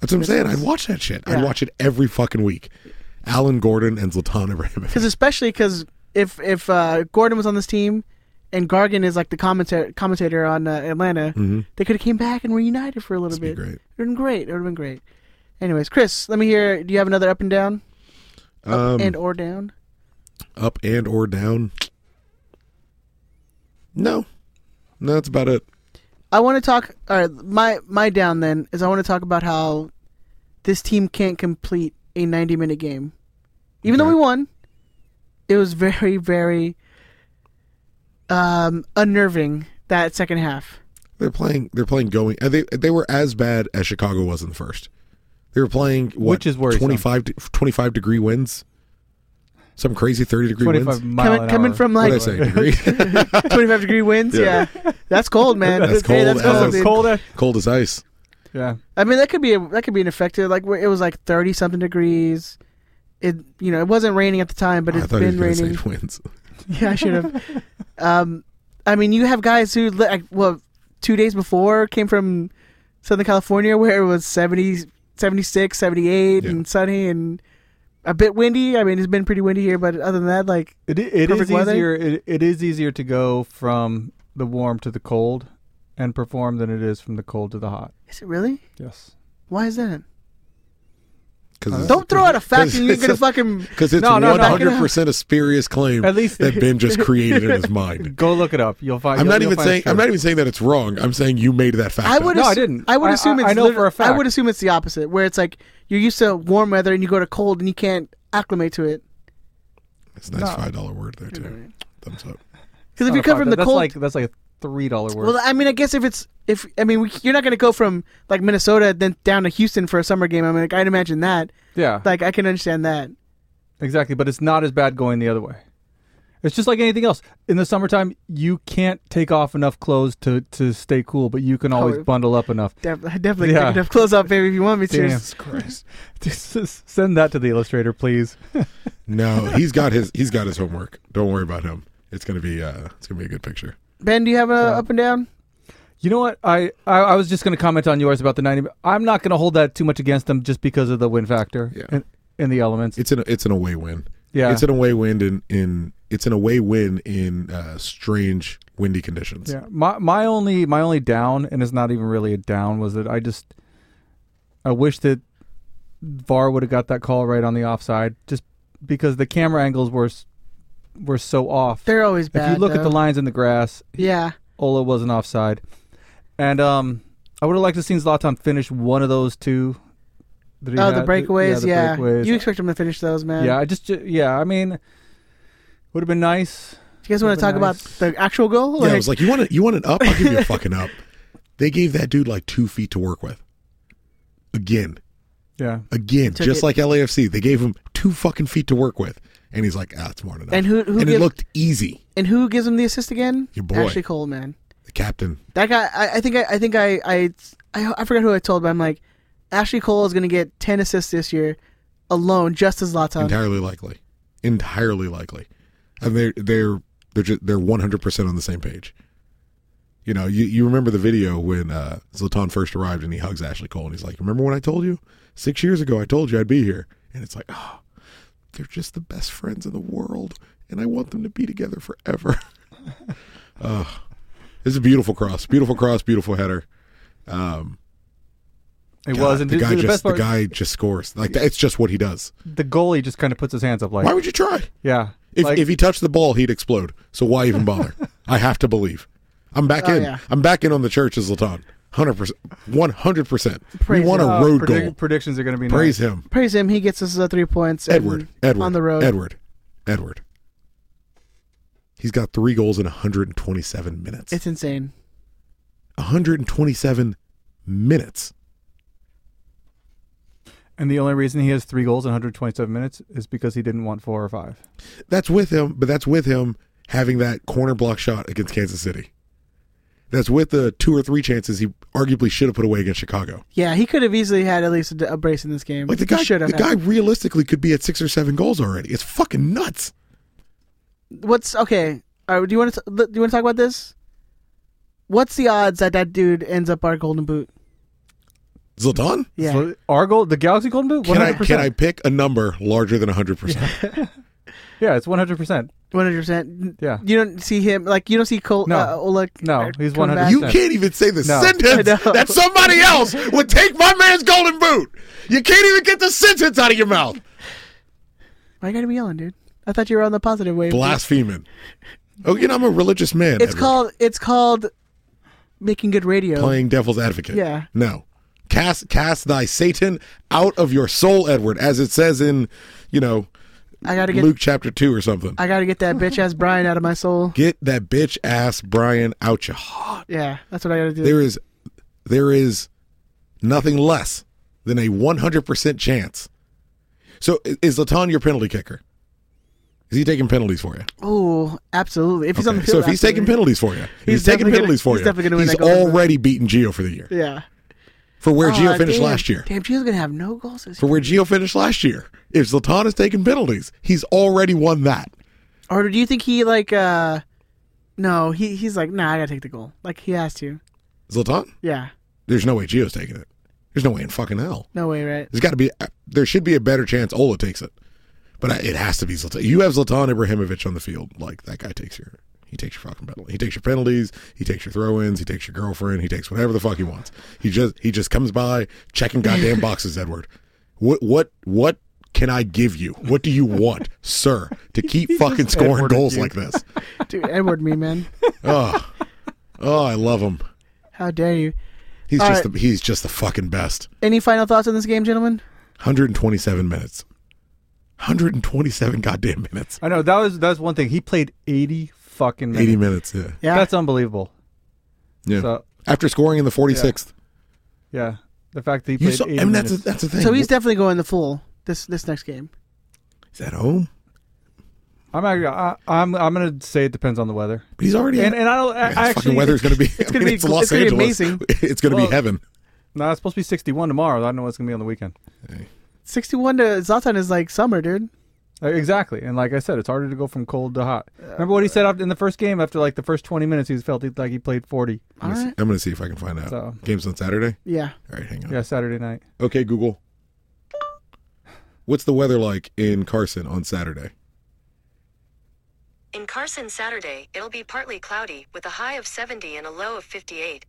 D: That's what I'm saying. I'd watch that shit.
C: Yeah.
D: I'd watch it every fucking week. Alan Gordon and Zlatan Ibrahimovic.
C: because especially because if if uh Gordon was on this team. And Gargan is like the commentator commentator on uh, Atlanta. They could have came back and reunited for a little
D: Mm-hmm. That'd
C: bit.
D: be
C: It
D: great.
C: would have been great. It would have been great. Anyways, Chris, let me hear. Do you have another up and down
D: Um,
C: and or down?
D: up and or down? No, no, that's about it.
C: I want to talk. All right, my my down then is I want to talk about how this team can't complete a ninety minute game, even though
D: Okay.
C: we won. It was very very um, unnerving that second half.
D: They're playing. They're playing going. and They they were as bad as Chicago was in the first. They were playing what,
E: Which is worrisome.
D: 25, de- 25 degree winds, some crazy thirty degree
E: Twenty
D: winds.
E: five
D: What
E: miles.
C: Coming- coming from, like-
D: did I say? Degree.
C: Twenty five degree winds, yeah. that's cold, man.
D: That's
C: Hey, (laughs)
D: cold
C: that's cold.
D: as-
C: dude.
E: cold. air-
D: Cold as ice.
E: Yeah.
C: I mean, that could be a, that could be an effective. Like where it was like thirty something degrees. It you know it wasn't raining at the time, but
D: I
C: it's
D: thought he was
C: been
D: going to
C: raining.
D: say winds.
C: Yeah, I should have. um, I mean, you have guys who, like, well, two days before came from Southern California where it was 70, 76, 78,
D: Yeah.
C: and sunny and a bit windy. I mean, it's been pretty windy here, but other than that, like,
E: It, i- it is
C: Perfect weather?
E: easier. It, it is easier to go from the warm to the cold and perform than it is from the cold to the hot.
C: is it really?
E: Yes.
C: Why is that?
D: 'Cause it's-
C: Uh, Don't throw out a fact
D: 'cause
C: and you're
D: it's
C: gonna
D: a-
C: fucking.
D: Because it's
E: No, no,
D: one
E: no.
D: hundred percent a spurious claim
E: At least-
D: that Ben
E: (laughs)
D: just created in his mind.
E: Go look it up. You'll find.
D: I'm
E: you'll-
D: not
E: you'll
D: even
E: find
D: saying
E: it's
D: I'm
E: true.
D: not even saying that it's wrong. I'm saying you made that fact.
C: I
D: up.
C: would.
E: No,
C: assu-
E: I didn't.
C: I would
E: I-
C: assume
E: I-
C: it's.
E: I know for a
C: literally- I
E: fact.
C: would assume it's the opposite, where it's like you're used to warm weather and you go to cold and you can't acclimate to it.
D: It's a nice five dollar word there too. Thumbs up.
C: Because if
E: Not
C: you
E: a
C: come
E: fact.
C: from the
E: that's
C: cold,
E: like that's like a three dollar word.
C: Well, I mean, I guess if it's if I mean we, you're not going to go from like Minnesota then down to Houston for a summer game. I mean, like, I'd imagine that.
E: yeah.
C: Like I can understand that.
E: Exactly, but it's not as bad going the other way. It's just like anything else. In the summertime, you can't take off enough clothes to, to stay cool, but you can always
C: Oh.
E: bundle up enough.
C: Def- (laughs) I definitely
E: Yeah.
C: take it up close up, baby, if you want me to.
E: Damn. (laughs)
D: Jesus Christ.
E: Just Send that to the illustrator, please.
D: No, he's got his he's got his homework. Don't worry about him. It's gonna be uh it's gonna be a good picture.
C: Ben, do you have a up and down?
E: You know what? I, I, I was just going to comment on yours about the 90. I'm not going to hold that too much against them just because of the win factor
D: Yeah.
E: and, and the elements.
D: It's an it's an away win.
E: Yeah.
D: It's an away wind in in it's an away win in uh, strange windy conditions.
E: Yeah. My my only my only down, and it's not even really a down, was that I just I wish that VAR would have got that call right on the offside, just because the camera angles were s- were so off.
C: They're always
E: if
C: bad.
E: you look at the
C: though.
E: lines in the grass,
C: yeah,
E: Ola wasn't offside, and um, I would have liked to have seen Zlatan finish one of those two. that he
C: oh, the
E: had.
C: breakaways.
E: the
C: Yeah,
E: breakaways.
C: you expect them to finish those, man.
E: yeah, I just ju- yeah, I mean, would have been nice.
C: Do you guys want to
E: That'd
C: talk
E: be
C: about
E: nice.
C: the actual goal?
D: Yeah, I was like, you want it, you want an up? I'll give you a fucking up. They gave that dude like two feet to work with. Again,
E: Yeah,
D: again,
C: Took
D: just
C: it-
D: like LAFC, they gave him two fucking feet to work with, and he's like, ah, it's more than enough.
C: And who- who
D: and it
C: give-
D: looked easy.
C: and who gives him the assist again?
D: Your boy.
C: Ashley Cole, man.
D: The captain,
C: That guy. I, I think. I, I think. I, I. I. I forgot who I told, but I'm like, Ashley Cole is going to get ten assists this year alone, just as
E: Um,
C: Laton.
D: entirely likely, entirely likely, and they're they're they're just, they're one hundred percent on the same page. You know, you, you remember the video when uh, Zlatan first arrived and he hugs Ashley Cole and he's like, "Remember when I told you six years ago I told you I'd be here?" And it's like, oh, they're just the best friends in the world, and I want them to be together forever. (laughs) oh, this is a beautiful cross, beautiful cross, beautiful header. Um,
E: it
D: God,
E: was. And
D: the
E: dude,
D: guy
E: the
D: just
E: best
D: the
E: part,
D: guy just scores. Like it's just what he does.
E: the goalie just kind of puts his hands up like,
D: Why would you try?
E: yeah,
D: If
E: like,
D: if he touched the ball, he'd explode. So why even bother? I have to believe. I'm back
C: Oh,
D: in.
C: yeah.
D: I'm back in on the church as Latan. Hundred percent. One hundred percent. We
C: Praise
D: want a
C: him. Oh,
E: uh,
D: road
E: predict-
D: goal.
E: predictions are going to be
D: Praise
E: nice.
D: him,
C: Praise him. He gets us uh, three points. and-
D: Edward. Edward
C: on the road.
D: Edward. Edward. He's got three goals in 127 minutes.
C: It's insane.
D: 127 minutes.
E: And the only reason he has three goals in 127 minutes is because he didn't want four or five.
D: That's with him, but that's with him having that corner block shot against Kansas City. That's with the two or three chances he arguably should have put away against Chicago.
C: Yeah, he could have easily had at least a, d- a brace in this game.
D: Like the
C: He
D: guy,
C: should have
D: the
C: had.
D: guy realistically could be at six or seven goals already. It's fucking nuts.
C: What's okay? All right, do you want to do you want to talk about this? What's the odds that that dude ends up our golden boot?
D: Zlatan,
C: Yeah,
E: So our goal, the Galaxy Golden Boot, 100%.
D: can I can I pick a number larger than hundred percent?
E: Yeah, it's 100%.
C: one hundred percent.
E: Yeah.
C: you don't see him like you don't see Cole.
E: No.
C: uh, Ola.
E: No,
C: uh,
E: he's
C: come
E: 100%.
C: back.
D: You can't even say the (laughs)
E: No.
D: sentence
C: I know.
D: that somebody else would take my man's golden boot. You can't even get the sentence out of your mouth.
C: Why you gotta be yelling, dude? I thought you were on the positive wave.
D: Blaspheming. Oh, you know I'm a religious man.
C: It's
D: Edward.
C: called it's called making good radio.
D: playing devil's advocate.
C: Yeah.
D: No. Cast cast thy Satan out of your soul, Edward, as it says in, you know,
C: I gotta get
D: Luke chapter two or something.
C: I gotta get that bitch ass Brian out of my soul.
D: Get that bitch ass Brian out your heart.
C: Yeah, that's what I gotta do.
D: There is there is nothing less than a one hundred percent chance. So i- is Latan your penalty kicker? Is he taking penalties for you?
C: oh, absolutely. If he's on the
D: Okay,
C: field,
D: so if he's taking
C: absolutely.
D: penalties for you, if he's,
C: He's
D: taking
C: definitely gonna-
D: penalties for
C: he's
D: you.
C: definitely gonna win
D: he's
C: that Golden Boot.
D: already beaten Gio for the year
C: yeah.
D: for where Gio
C: Aw,
D: finished
C: damn.
D: last year.
C: Damn, Gio's gonna have no goals this
D: for
C: year.
D: where Gio finished last year. If Zlatan is taking penalties, he's already won that.
C: Or do you think he like? uh No, he he's like, nah, I gotta take the goal. Like he has to.
D: Zlatan?
C: Yeah.
D: There's no way Gio's taking it. There's no way in fucking hell.
C: No way,
E: (laughs)
C: right?
D: There's got to be. uh, There should be a better chance Ola takes it, but I, it has to be Zlatan. You have Zlatan Ibrahimovic on the field. Like that guy takes your. He takes your fucking penalty. He takes your penalties. He takes your throw-ins. He takes your girlfriend. He takes whatever the fuck he wants. He just he just comes by checking goddamn
C: (laughs)
D: boxes. Edward, what what what can I give you? What do you want, sir,
C: (laughs)
D: to keep fucking scoring
E: Edwarded
D: goals
E: you.
D: like this?
C: Dude, Edward, me man. (laughs)
D: Oh, oh, I love him.
C: How dare you?
D: He's
C: All
D: just
C: right.
D: the, he's just the fucking best.
C: Any final thoughts on this game, gentlemen?
D: 127 minutes. 127 goddamn minutes.
E: I know that was that was one thing. He played 80 fucking minutes.
D: 80 minutes. Yeah.
C: Yeah.
E: That's unbelievable.
D: Yeah.
E: So
D: After scoring in the 46th,
E: yeah, the fact that he
D: you
E: played
D: saw. I
E: 80
D: mean, that's a,
E: minutes.
D: that's the thing.
C: so he's definitely going the full this this next game.
D: Is that home?
E: I'm actually, I, I'm I'm gonna say it depends on the weather.
D: But he's already.
E: And and I don't I,
D: Man, this
E: I
D: (laughs) fucking
E: actually
D: weather's going to be. It's
C: gonna
D: I mean,
C: be
D: it's
C: cool.
D: Los
C: It's gonna be
D: Angeles.
C: amazing.
D: (laughs) It's going to
E: Well-
D: be heaven.
E: No, it's supposed to be 61 tomorrow. I don't know what's gonna be on the weekend.
C: Sixty-one to Zlatan is like summer, dude.
E: Uh, Exactly, and like I said, it's harder to go from cold to hot. Remember what he said after, in the first game? After like the first twenty minutes, he felt he- like he played forty.
C: All
D: I'm
C: right.
D: going to see if I can find out.
E: So-
D: Games on Saturday.
C: Yeah.
D: All right, hang on.
E: Yeah, Saturday night.
D: Okay, Google. What's the weather like in Carson on Saturday?
B: In Carson Saturday, it'll be partly cloudy with a high of 70 and a low of 58.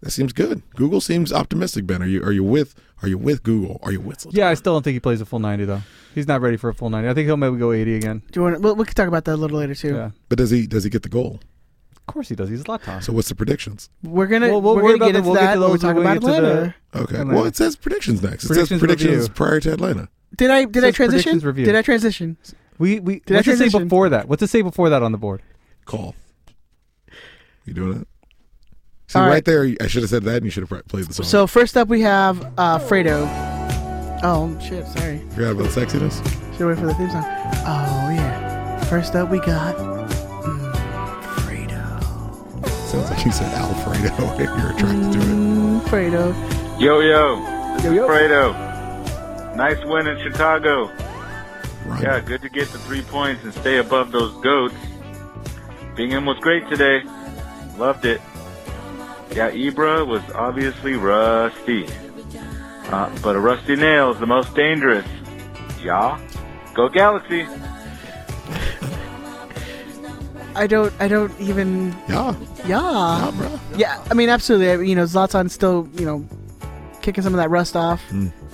D: That seems good. Google seems optimistic, Ben. Are you are you with are you with Google? Are you with
E: Yeah, I still don't think he plays a full 90 though. He's not ready for a full 90. I think he'll maybe go 80 again.
C: Do you want? Well, we could talk about that a little later too.
E: Yeah.
D: But does he does he get the goal?
E: Of course he does. He's Zlatan.
D: So what's the predictions?
C: We're gonna
E: Well, we'll
C: we're
E: worry
C: gonna get
E: about
C: into
E: the- we'll get
C: that.
E: to
C: when we
E: those
C: talk
E: when we
C: about it
E: get to the-
C: later.
D: Okay.
E: Atlanta.
D: Well, it says predictions next. It says
E: Predictions
D: predictions
E: review.
D: prior to Atlanta.
C: Did I did I
E: Says
C: transition?
E: predictions review.
C: Did I transition?
E: We we
C: Did I
E: what's it say
C: transition?
E: before that? What's it say before that on the board?
D: Call. You doing it? See
C: All
D: right.
C: right.
D: there. I should have said that, and you should have pr- played the song.
C: So first up, we have uh, Fredo. Oh shit! Sorry.
D: forgot about sexiness.
C: Should wait for the theme song. Oh yeah. First up, we got mm, Fredo.
D: Sounds like you said Alfredo. (laughs) You're attracted to it.
C: Mm, Fredo.
I: Yo, yo. Fredo. Nice win in Chicago.
D: Ryan.
I: Yeah, good to get the three points and stay above those goats. Bingham was great today. Loved it. Yeah, Ibra was obviously rusty. Uh, but a rusty nail is the most dangerous. Yeah. Go Galaxy.
C: I don't. I don't even.
D: Yeah.
C: Yeah.
D: Yeah, bro.
C: Yeah, I mean, absolutely. I- You know, Zlatan's still, you know, kicking some of that rust off.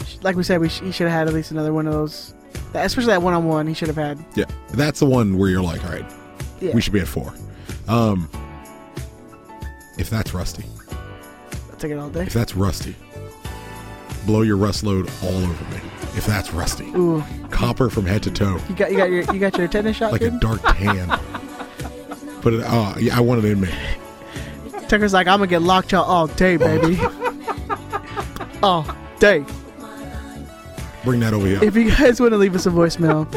C: Sh Like we said, we sh- he should have had at least another one of those. that- especially that one-on-one, he should have had.
D: Yeah. That's the one where you're like, all right,
C: Yeah.
D: we should be at four. Um, if that's rusty,
C: I'll take it all day.
D: if that's rusty, blow your rust load all over me. If that's rusty,
C: Ooh,
D: copper from head to toe.
C: you got you got your you got your tennis shot.
D: like a
C: dude?
D: dark tan. Put it. Oh, yeah, I want it in me.
C: Tucker's like, I'm gonna get lockjaw all day, baby. all day.
D: Bring that over here.
C: If you guys want to leave us a voicemail,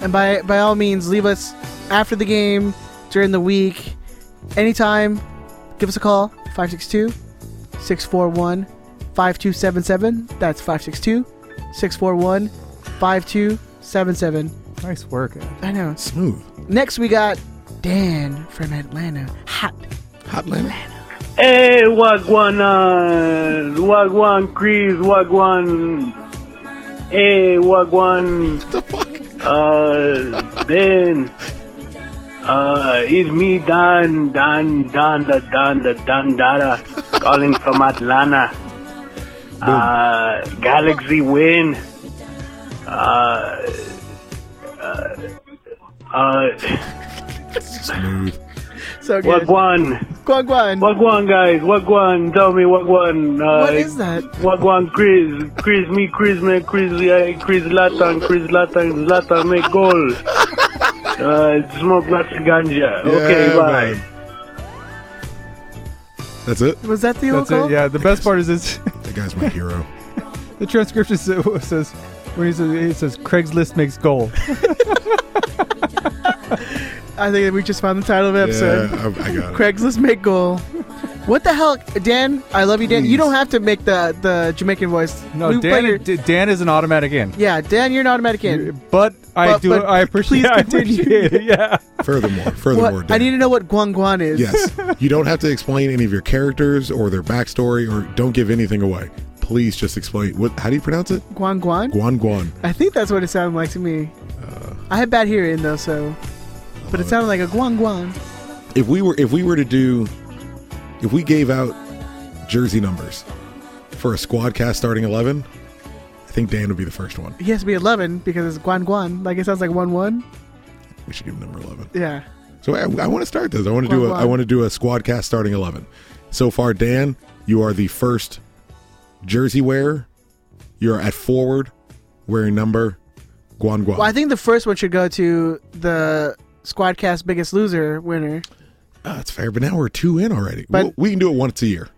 C: and by by all means, leave us after the game, during the week, anytime. Give us a call 562 641 5277. That's 562 641 5277.
E: Nice work. Ed.
C: I know.
D: Smooth.
C: Next, we got Dan from Atlanta. Hot.
D: Hot Atlanta.
I: Hey, Wagwan, uh, Wagwan, Chris, Wagwan. Hey, Wagwan.
D: What the fuck?
I: Uh, then, uh, it's me, Don, Don, Don, the Don, the Don Dada, calling from Atlanta. Uh, Galaxy win. Uh, uh, uh,
D: Smooth.
C: So good.
I: Wagwan,
C: Guan Guan.
I: Wagwan, guys, Wagwan, tell me Wagwan. Uh,
C: What is that?
I: Wagwan, Chris, Chris, me, Chris, man, Chris, yeah, Chris Latan, Chris Latan, Latan, make goal. Uh, smoke lots of ganja. okay,
D: Yeah,
I: bye.
D: man. That's it.
C: Was that the old
E: That's
C: call?
E: it. Yeah, the best part is it's,
D: That guy's my hero.
E: the transcription sa- (laughs) says when he says it says Craigslist makes goal.
C: I think we just found the title of the (laughs) episode.
D: Yeah, I, I got it.
C: Craigslist make goal. What the hell, Dan? I love you, Dan. You
D: Please.
C: don't have to make the the Jamaican voice.
E: No,
C: We play
E: Dan,
C: your-
E: D- Dan is an automatic in.
C: yeah, Dan, you're an automatic in.
E: But I
C: But-
E: do.
C: but
E: I appreciate.
C: please
E: (laughs) I
C: continue.
E: appreciate it. Yeah.
D: Furthermore,
C: What-
D: furthermore,
C: I
D: Dan,
C: need to know what Guan Guan is.
D: Yes, you don't have to explain any of your characters or their backstory, or don't give anything away. Please just explain. What? How do you pronounce it?
C: Guan Guan.
D: Guan Guan.
C: I think that's what it sounded like to me. I had bad hearing though, so. But it sounded like a Guan Guan.
D: if we were if we were to do if we gave out jersey numbers for a squad cast starting 11 i think dan would be the first one
C: He has to be 11 because it's Guan Guan. Like it sounds like one one.
D: we should give him number 11
C: Yeah.
D: so i, I want to start this i want to do a i want to do a squad cast starting 11 so far dan you are the first jersey wearer you're at forward wearing number guan guan
C: Well, I think the first one should go to the Squadcast Biggest Loser winner.
D: Ah, that's fair but now we're two in already
C: But-
D: Well, we can do it once a year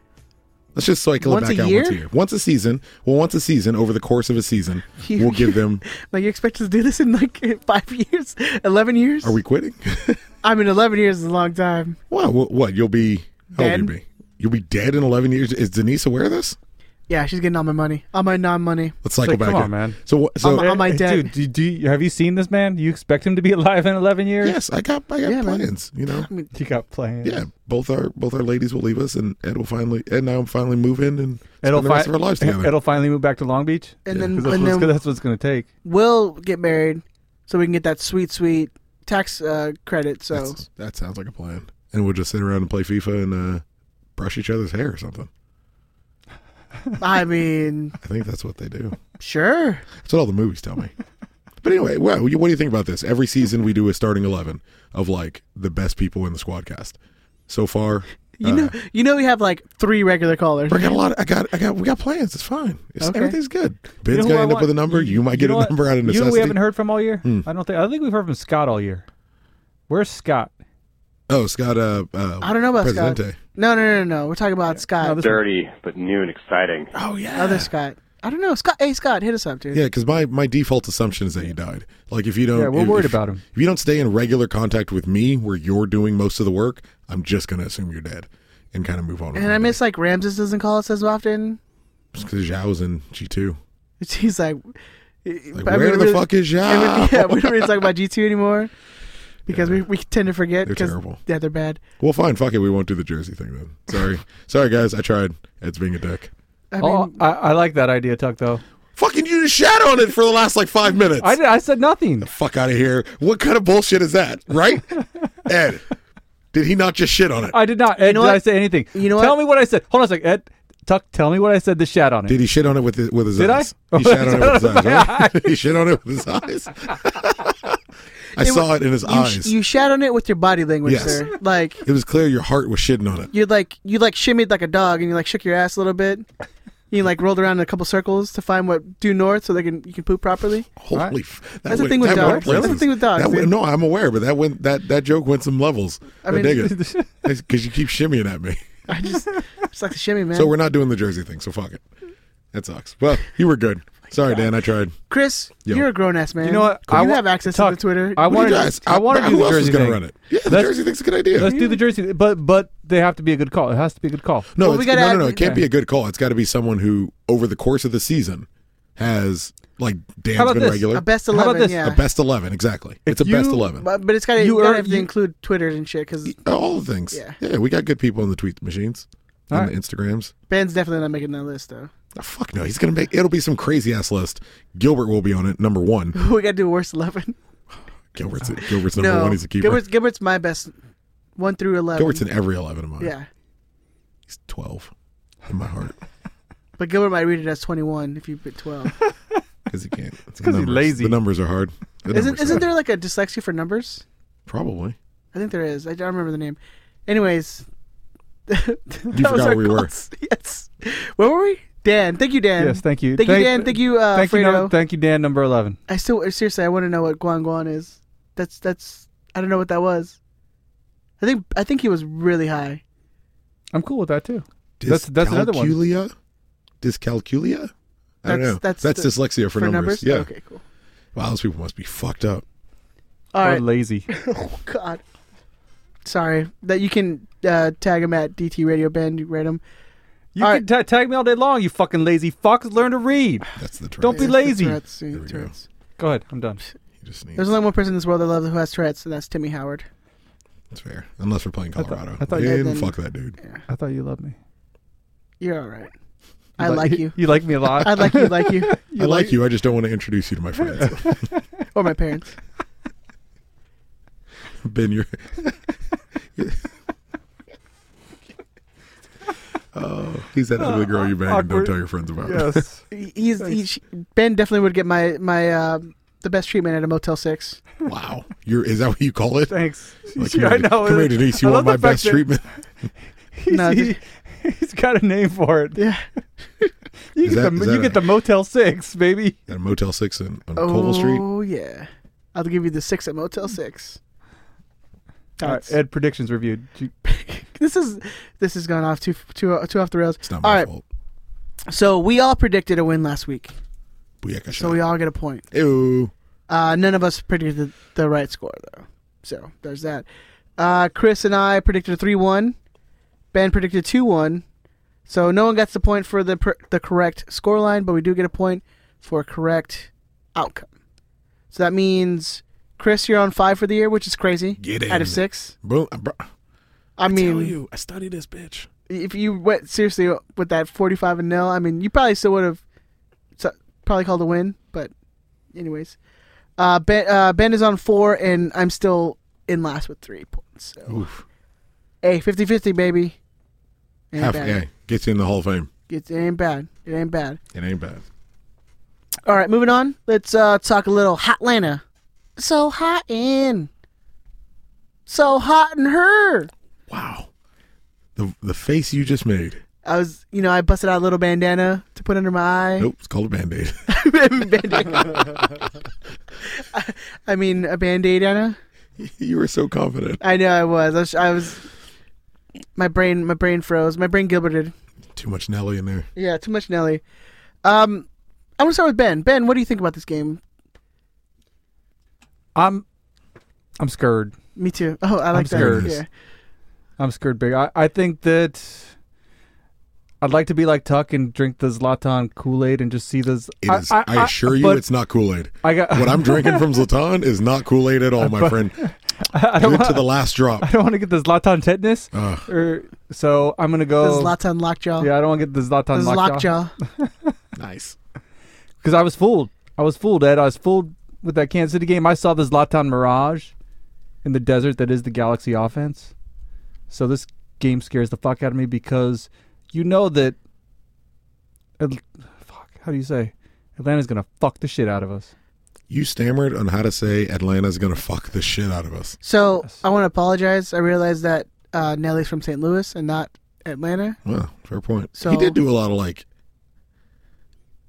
D: Let's just cycle
C: Once
D: it back
C: a
D: out once a
C: year?
D: year. Once a season. Well, once a season, over the course of a
C: (laughs)
D: season,
C: You-
D: we'll give them
C: Like you expect us to do this in like (laughs) five years, 11 years?
D: Are we quitting? (laughs)
C: I mean, 11 years is a long time.
D: wow, what, what? You'll be how old
C: Dead?
D: you be? You'll be dead in eleven years. Is Denise aware of this?
C: Yeah, she's getting all my money. All my non money.
D: Let's cycle
E: like,
D: back.
E: come on,
D: in.
E: man.
D: So wh- so
C: I'm- I'm- Am I
E: Eh,
C: dead?
E: Dude, do, do you, have you seen this man? Do you expect him to be alive in 11 years?
D: yes, I got I got
C: Yeah, man.
D: plans. You know.
E: He got plans.
D: Yeah, both our both our ladies will leave us, and Ed will finally Ed and I will finally move in and spend
E: It'll,
D: the rest
E: fi-
D: of our lives together.
E: it'll finally move back to Long Beach.
C: And
D: Yeah,
C: then,
E: Because that's,
C: and
E: what's-
C: then
E: that's what it's going to take.
C: we'll get married so we can get that sweet, sweet tax uh, credit. So
D: (laughs) That's- that sounds like a plan. And we'll just sit around and play FIFA and uh, brush each other's hair or something.
C: I mean,
D: I think that's what they do.
C: sure.
D: That's what all the movies tell me. But anyway, what, what do you think about this? Every season we do a starting eleven of like the best people in the squadcast. So far, uh,
C: You know, you know, we have like three regular callers.
D: I got a lot. I got. I got. We got plans. It's fine. It's,
C: Okay.
D: Everything's good.
E: You
D: Ben's
E: know who
D: gonna
E: I
D: end up
E: want?
D: with a number. You might
E: You
D: get
E: know
D: a
E: what?
D: number out of
E: You
D: necessity. Hmm.
E: know who we haven't heard from all year? I don't think. I think we've heard from Scott all year. Where's Scott?
D: Oh, Scott. Uh, uh,
C: I don't know about
D: Presidente.
C: Scott. No, no, no, no, no. We're talking about Scott.
J: Dirty, but new and exciting.
D: Oh yeah.
C: other Scott. I don't know. Scott. Hey, Scott, hit us up, dude.
D: Yeah, because my, my default assumption is that he died. Like if you don't,
E: Yeah, we're
D: if-
E: worried
D: if-
E: about him.
D: If you don't stay in regular contact with me, where you're doing most of the work, I'm just gonna assume you're dead, and kind of move on.
C: And I miss like Ramses doesn't call us as often.
D: because Zhao's in G two.
C: (laughs) He's like,
D: Like, where the fuck is Zhao?
C: (laughs) yeah, we don't really talk about G two anymore because we, we tend to forget.
D: They're
C: 'cause-
D: terrible.
C: Yeah, they're bad.
D: Well, fine. Fuck it. We won't do the jersey thing then. Sorry. (laughs) Sorry, guys. I tried. It's being a dick.
C: I mean,
E: oh, I, I like that idea, Tuck. Though
D: Fucking you just shat on it for the last like five minutes.
E: I did, I said nothing.
D: Fuck out of here. What kind of bullshit is that? Right? Ed, did he not just shit on it?
E: I did not. Ed,
C: know
E: did
C: what?
E: I say anything?
C: You know
E: Tell
C: what?
E: me what I said. Hold on a second, Ed. Tuck, tell me what I said. The shat on it.
D: Did he shit on it with his, with his
E: Did I?
D: eyes? He shit on it with his eyes. Right? he shit on it with his eyes. I saw it in his
C: you, sh-
D: eyes.
C: you shat on it with your body language,
D: Yes.
C: sir. Like
D: it was clear your heart was shitting on it.
C: you like you like shimmied like a dog, and you like shook your ass a little bit. You like rolled around in a couple circles to find what due north so they can you can poop properly.
D: Holy,
E: Right.
D: f- that
C: That's the
D: went-
C: thing with
D: that went
C: dogs. That's the
D: places.
C: thing with dogs,
D: That went-
C: dude.
D: no, I'm aware, but that went that that joke went some levels. I,
C: mean-
D: dig
C: (laughs)
D: it because you keep shimmying at me.
C: I
D: (laughs)
C: just it's like the shimmy man.
D: So we're not doing the jersey thing. So fuck it. That sucks. Well, you
C: (laughs)
D: were
C: Oh
D: good. Sorry, Dan. I tried.
C: Chris,
D: Yo.
C: you're a grown ass man.
E: You know what?
C: You
E: I wa-
C: have access
E: Tuck,
C: to the Twitter.
E: I
D: What
E: want
D: do you guys?
E: to. I want to do
D: Who
E: the
D: else is
E: jersey
D: gonna
E: thing.
D: run it? Yeah, the
E: Let's-
D: jersey thing's a good idea.
E: Let's do the jersey, but but they have to be a good call. It has to be a good call.
D: No,
C: Well, we
D: it's-
C: gotta
D: no, no, no.
C: add-
D: It can't
C: yeah.
D: be a good call. It's got to be someone who, over the course of the season, has like Dan's
E: How about
D: been
E: this?
D: regular.
C: a best
E: How about
C: eleven.
E: this?
C: yeah,
D: A best eleven, exactly. it's a best
E: you-
D: eleven.
C: but, but it's got to
E: You
C: you gotta
E: are-
C: have to
E: you-
C: include Twitter and shit because
D: All the things.
C: Yeah.
D: we got good people in the tweet machines,
E: All
D: on
E: right.
D: the Instagrams.
C: Ben's definitely not making that list though.
D: Oh, fuck no, he's gonna make. It'll be some crazy ass list. Gilbert will be on it. Number
E: (laughs)
D: one.
C: (laughs) we gotta do worst eleven.
D: Gilbert's Gilbert's (laughs) number one. He's a keeper.
C: Gilbert's,
D: Gilbert's,
C: Gilbert's my best one through eleven.
D: in every eleven of mine.
C: yeah,
D: he's twelve in my heart
C: but Gilbert might read it as twenty one if you put
D: (laughs)
C: twelve.
D: because he
E: (laughs)
D: can't. It's
E: 'cause he's lazy.
D: The numbers are hard. The
C: isn't
D: numbers are
C: isn't
D: hard.
C: there like a dyslexia for numbers?
D: probably?
C: I think there is. I don't remember the name. Anyways, (laughs) you
D: forgot where we were.
C: (laughs) Yes, where were we? Dan, thank you, Dan.
E: Yes, thank you.
C: Thank, you, Dan. Thank you, uh,
E: thank you,
C: Fredo.
E: num- thank you, Dan. Number eleven.
C: I still seriously, I want to know what Guan Guan is. That's that's I don't know what that was. I think I think he was really high.
E: I'm cool with that too. That's- that's another one.
D: Dyscalculia? Dyscalculia? I don't
C: That's-
D: know.
C: that's
D: That's,
C: the-
D: dyslexia for,
C: For numbers,
D: numbers. Yeah.
C: Okay, cool.
D: Wow, those people must be fucked up.
C: All
E: Or
C: right.
E: lazy.
C: Oh God. Sorry that you can uh, tag him at DT Radio Ben. You read him. (laughs)
E: You
C: All
E: can ta tag me all day long. You fucking lazy fucks. Learn to read.
D: That's the
E: Don't be
D: Tourette's.
E: lazy.
C: Tourette's, see,
D: There we go.
C: Tourette's.
E: Go ahead.
C: (sighs)
E: I'm done.
D: You just sneeze.
C: There's only one person in this world I love who has Tourette's, and that's Timmy Howard.
D: It's fair. Unless we're playing
E: I thought-
D: Colorado.
E: I thought
D: yeah,
C: you-
D: then fuck that dude.
E: I thought you loved me.
C: You're all right. I
E: (laughs)
C: like you.
E: You like me a lot.
C: I
D: (laughs)
C: like you, like you,
D: I like you. I just don't want to introduce you to my friends.
C: or my parents.
D: ben, you're. oh, he's that ugly girl you banged. Don't
E: Awkward.
D: tell your friends about.
E: (laughs) Yes.
C: He's he, she- Ben. Definitely would get my my uh, the best treatment at a Motel Six.
D: (laughs) wow. You're. Is that what you
E: (laughs)
D: call it?
E: Thanks.
D: Like,
E: Yeah,
D: come
E: I
D: here,
E: know.
D: Come here, Denise. You
E: I
D: want
E: love
D: my
E: the
D: best
E: fact that
D: treatment? (laughs)
E: He's,
C: No,
E: he, (laughs) has got a name for it.
C: Yeah.
E: You,
D: Is
E: get,
D: that-
E: the,
D: is that
E: you
D: a-
E: get the Motel 6, baby.
D: At a Motel Six in, on Colville Street.
C: Oh yeah, I'll give you the six at Motel Six.
E: All right,
C: That's- (laughs)
E: Ed predictions reviewed. You-
C: this is this has gone off too too too off the rails.
D: It's not
C: All
D: my
C: right,
D: fault.
C: so we all predicted a win last week,
D: Booyaka
C: so we all get a point.
D: Ew.
C: Uh, none of us predicted the, the right score though, so there's that. Uh, Chris and I predicted a three one. Ben predicted two one. So no one gets the point for the per- the correct score line, but we do get a point for correct outcome. So that means Chris, you're on five for the year, which is crazy.
D: Get
C: out of
D: in.
C: six.
D: Boom. I, bro- I
C: I mean,
D: tell you, I study this bitch.
C: if you went seriously with that 45 and nil, I mean, you probably still would have so- probably called a win, but anyways. Uh, ben, uh, ben is on four, and I'm still in last with three points. So.
D: Oof.
C: Hey, 50 50, baby. Ain't
D: Half,
C: bad.
D: yeah, gets you in the Hall of Fame.
C: It's, it ain't bad. It ain't bad.
D: It ain't bad.
C: All right, moving on. Let's uh, talk a little Hotlanta. So hot in. So hot in her.
D: Wow. The the face you just made.
C: I was, you know, I busted out a little bandana to put under my eye.
D: Nope, it's called a band (laughs) aid.
C: Band-Aid. I mean, a band-aid, Anna.
D: you were so confident.
C: I know I was. I was. I was my brain, my brain froze. My brain gilberted.
D: Too much Nelly in there.
C: Yeah, too much Nelly. Um, I want to start with Ben. Ben, what do you think about this game?
E: I'm I'm scared.
C: Me too. Oh, I like
E: I'm
C: that.
E: scared.
C: Yeah.
E: I'm scared big. I, I think that I'd like to be like Tuck and drink the Zlatan Kool Aid and just see this.
D: It is. I, assure you,
E: but
D: it's not Kool Aid.
E: I got- (laughs)
D: what I'm drinking from Zlatan is not Kool Aid at all, my
E: But-
D: friend.
E: I don't
D: Good to
E: want-
D: the last drop.
E: (laughs) I don't want to get the Zlatan tetanus.
D: Ugh.
E: Or, so I'm gonna
C: The
E: go.
C: Zlatan lockjaw.
E: Yeah, I don't want to get the Zlatan
C: The
E: lockjaw
C: lockjaw.
D: Nice.
E: because I was fooled. I was fooled, Ed. I was fooled with that Kansas City game. I saw the Zlatan mirage in the desert that is the Galaxy offense. So this game scares the fuck out of me because you know that. Atl- Fuck. How do you say? Atlanta's gonna fuck the shit out of us.
D: You stammered on how to say Atlanta's gonna fuck the shit out of us.
E: (laughs)
C: So I want to apologize. I realized that uh, Nelly's from St. Louis and not Atlanta.
D: Wow, fair point. he
C: So-
D: did do a lot of like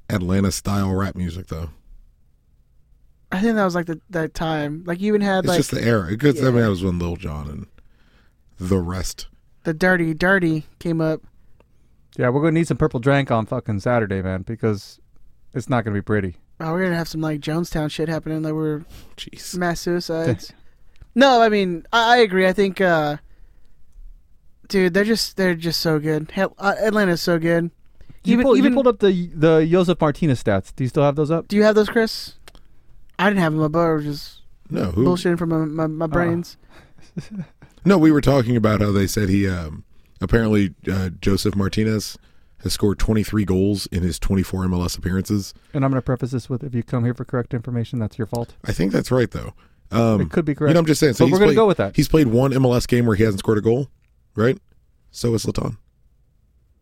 D: Atlanta style rap music though.
C: I think that was like the, that time. Like you even had
D: It's
C: like
D: just the era. Because I
C: Yeah.
D: mean, that was when Lil Jon and the rest.
C: the dirty, dirty came up.
E: Yeah, we're gonna need some purple drank on fucking Saturday, man, because it's not gonna be pretty.
C: Oh, we're gonna have some like Jonestown shit happening. Like we're
D: Jeez.
C: mass suicides. (laughs) no, I mean I, I agree. I think, uh dude, they're just they're just so good. Hell, uh, Atlanta's so good.
E: (laughs) You, pulled, you pulled up the the Joseph Martinez stats. Do you still have those up?
C: Do you have those, Chris? I didn't have them, but I was just
D: No, who? Oh.
C: bullshitting from my, my, my brains.
D: No, we were talking about how they said he um, apparently uh, Joseph Martinez has scored 23 goals in his 24 MLS appearances.
E: And I'm gonna preface this with: if you come here for correct information, that's your fault.
D: I think that's right though. Um,
E: It could be
D: You
E: correct.
D: know, I'm just saying. So
E: But
D: he's
E: we're gonna
D: played-
E: go with that.
D: He's played one MLS game where he hasn't scored a goal, right? So is Laton.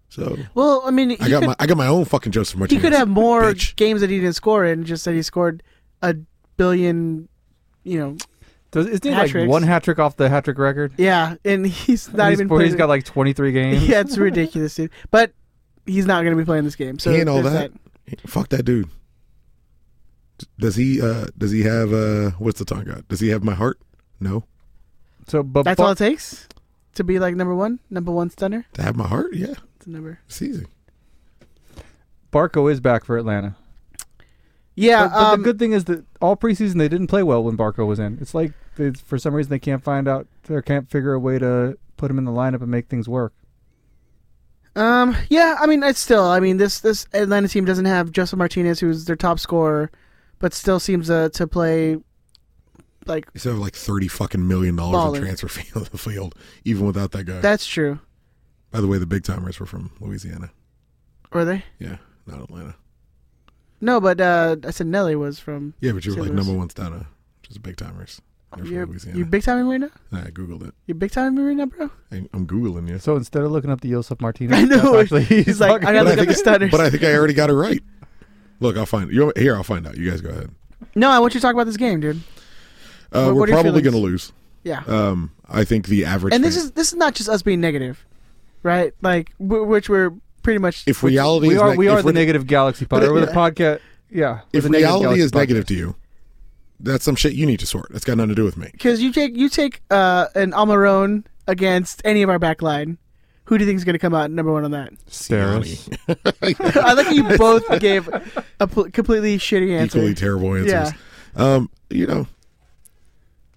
D: So
C: Well, I mean, he
D: I
C: (laughs)
D: got
C: could,
D: my I got my own fucking
C: (laughs)
D: Joseph
C: he
D: Martinez.
C: could have more
D: bitch.
C: games that he didn't score in. Just that he scored a billion, you know.
E: Does, isn't he
C: Hat
E: like
C: tricks.
E: one hat trick off the hat trick record?
C: Yeah, and (laughs) he's not
E: he's,
C: even.
E: boy,
C: playing-
E: he's got like 23
C: (laughs)
E: games.
C: yeah, it's ridiculous, dude. But he's not going to be playing this game. So
D: he ain't all
C: there's
D: that. Fuck that dude. D- Does he? uh Does he have? uh What's Laton got? Does he have my heart? No.
E: So, but
C: That's
E: but-
C: all it takes to be like number one, number one stunner.
D: To have my heart? Yeah,
C: It's a number.
D: it's easy.
E: Barco is back for Atlanta.
C: Yeah,
E: but, but
C: um,
E: the good thing is that all preseason they didn't play well when Barco was in. It's like they, for some reason they can't find out or can't figure a way to put him in the lineup and make things work.
C: um, yeah. I mean, it's still. I mean, this this Atlanta team doesn't have Justin Martinez, who's their top scorer, but still seems to to play like
D: You still have like thirty fucking million dollars
C: Baller.
D: in transfer fee on the field, even without that guy.
C: that's true.
D: By the way, the big timers were from Louisiana.
C: Were they?
D: Yeah, not Atlanta.
C: No, but uh, I said Nelly was from.
D: Yeah, but you were
C: St.
D: like
C: Louis.
D: number one uh, stunner, just big timers. They're from
C: You're,
D: Louisiana.
C: you big time right now.
D: Nah, I googled it.
C: You big time right now, bro.
D: I, I'm
C: (laughs)
D: googling you.
E: So instead of looking up the Joseph Martinez,
C: I know.
E: stats, actually, he's,
C: he's like,
E: talking-
C: I gotta look
D: But I
C: up the
D: think-
C: stunners.
D: But I think I already got it right. Look, I'll find you here. I'll find out. You guys go ahead.
C: no, I want you to talk about this game, dude.
D: Uh,
C: What-
D: we're
C: what are your
D: probably
C: feelings?
D: going to lose.
C: Yeah.
D: Um, I think the average.
C: and this
D: fan-
C: is this is not just us being negative, right? Like w- which we're pretty much.
D: if reality.
E: we
D: is
E: are
D: neg-
E: we
D: if
E: are the
D: we're-
E: negative galaxy pod.
C: (laughs)
E: Or we're the podcast. Yeah. we're
D: If
E: the negative
D: reality
E: galaxy
D: is negative
E: podcast.
D: to you, that's some shit you need to sort. That's got nothing to do with me.
C: because you take you take uh, an Almarone against any of our back line. Who do you think is going to come out number one on that?
E: Steris.
D: Siani.
C: I like
D: (laughs)
C: how you both gave a pl- completely shitty answer.
D: Equally terrible answers.
C: Yeah.
D: Um, you know,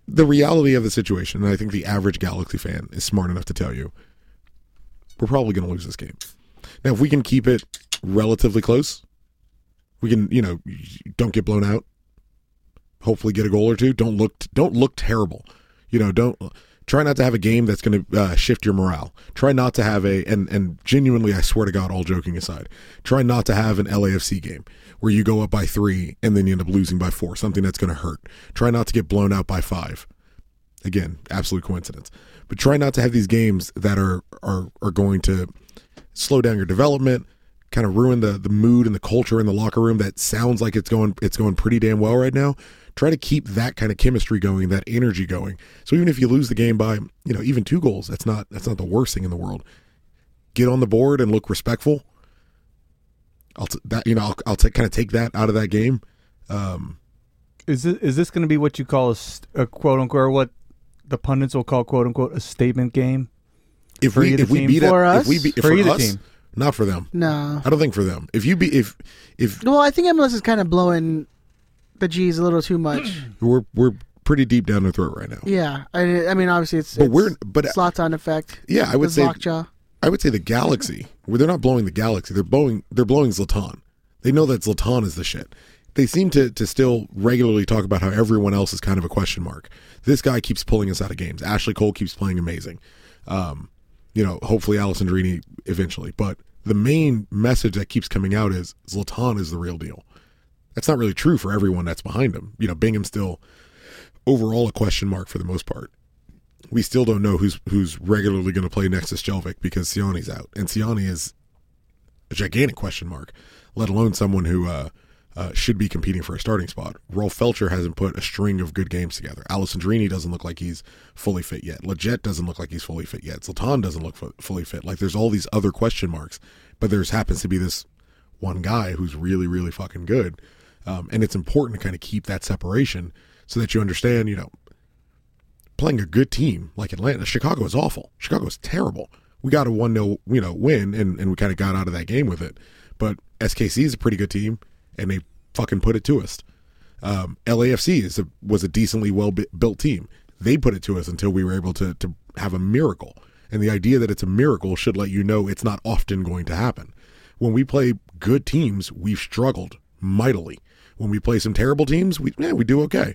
D: the reality of the situation, and I think the average Galaxy fan is smart enough to tell you, we're probably going to lose this game. Now, if we can keep it relatively close, we can, you know, don't get blown out. Hopefully, get a goal or two. Don't look, don't look terrible. You know, don't Try not to have a game that's going to uh, shift your morale. Try not to have a and and genuinely, I swear to God, all joking aside, try not to have an LAFC game where you go up by three and then you end up losing by four. Something that's going to hurt. Try not to get blown out by five. Again, absolute coincidence. But try not to have these games that are are are going to slow down your development, kind of ruin the the mood and the culture in the locker room that sounds like it's going it's going pretty damn well right now. Try to keep that kind of chemistry going, that energy going. So even if you lose the game by, you know, even two goals, that's not that's not the worst thing in the world. Get on the board and look respectful. I'll t- that you know I'll, I'll t- kind of take that out of that game. Um,
E: Is it is this going to be what you call a, st- a quote unquote or what the pundits will call quote unquote a statement game?
D: if
E: For
D: we
E: either
D: if we
E: team?
D: beat it,
C: For us?
D: if we beat
E: For
D: for
E: either
D: us,
E: team.
D: not for them.
C: No.
D: I don't think for them. If you be if if
C: Well, I think MLS is kind of blowing the G's a little too
D: (clears throat)
C: much.
D: we're we're pretty deep down their throat right now.
C: yeah, I, I mean, obviously it's.
D: But
C: it's
D: we're- but-
C: Slotan effect.
D: Yeah, I would
C: With
D: say-
C: lockjaw.
D: I would say the Galaxy. Where they're not blowing the Galaxy, they're blowing they're blowing Zlatan. They know that Zlatan is the shit. They seem to to still regularly talk about how everyone else is kind of a question mark. This guy keeps pulling us out of games. Ashley Cole keeps playing amazing. Um, you know, hopefully Alessandrini eventually. But the main message that keeps coming out is Zlatan is the real deal. That's not really true for everyone that's behind him. You know, Bingham's still overall a question mark for the most part we still don't know who's who's regularly going to play next to Shelvick because Siani's out, and Siani is a gigantic question mark, let alone someone who uh, uh, should be competing for a starting spot. Rolf Felcher hasn't put a string of good games together. Alessandrini doesn't look like he's fully fit yet. Leggett doesn't look like he's fully fit yet. Zlatan doesn't look fu- fully fit. Like there's all these other question marks, but there's happens to be this one guy who's really really fucking good, um, and it's important to kind of keep that separation so that you understand, you know, playing a good team like Atlanta. Chicago is awful. Chicago is terrible. We got a one 0 you know win, and, and we kind of got out of that game with it. But SKC is a pretty good team, and they fucking put it to us. Um, LAFC is a, was a decently well bu- built team. They put it to us until we were able to to have a miracle. And the idea that it's a miracle should let you know it's not often going to happen. When we play good teams, we've struggled mightily. When we play some terrible teams, we yeah, we do okay.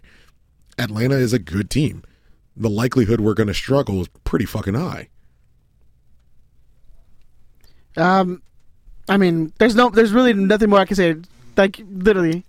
D: Atlanta is a good team. The likelihood we're going to struggle is pretty fucking high.
C: Um, I mean, there's no, there's really nothing more I can say. Like literally,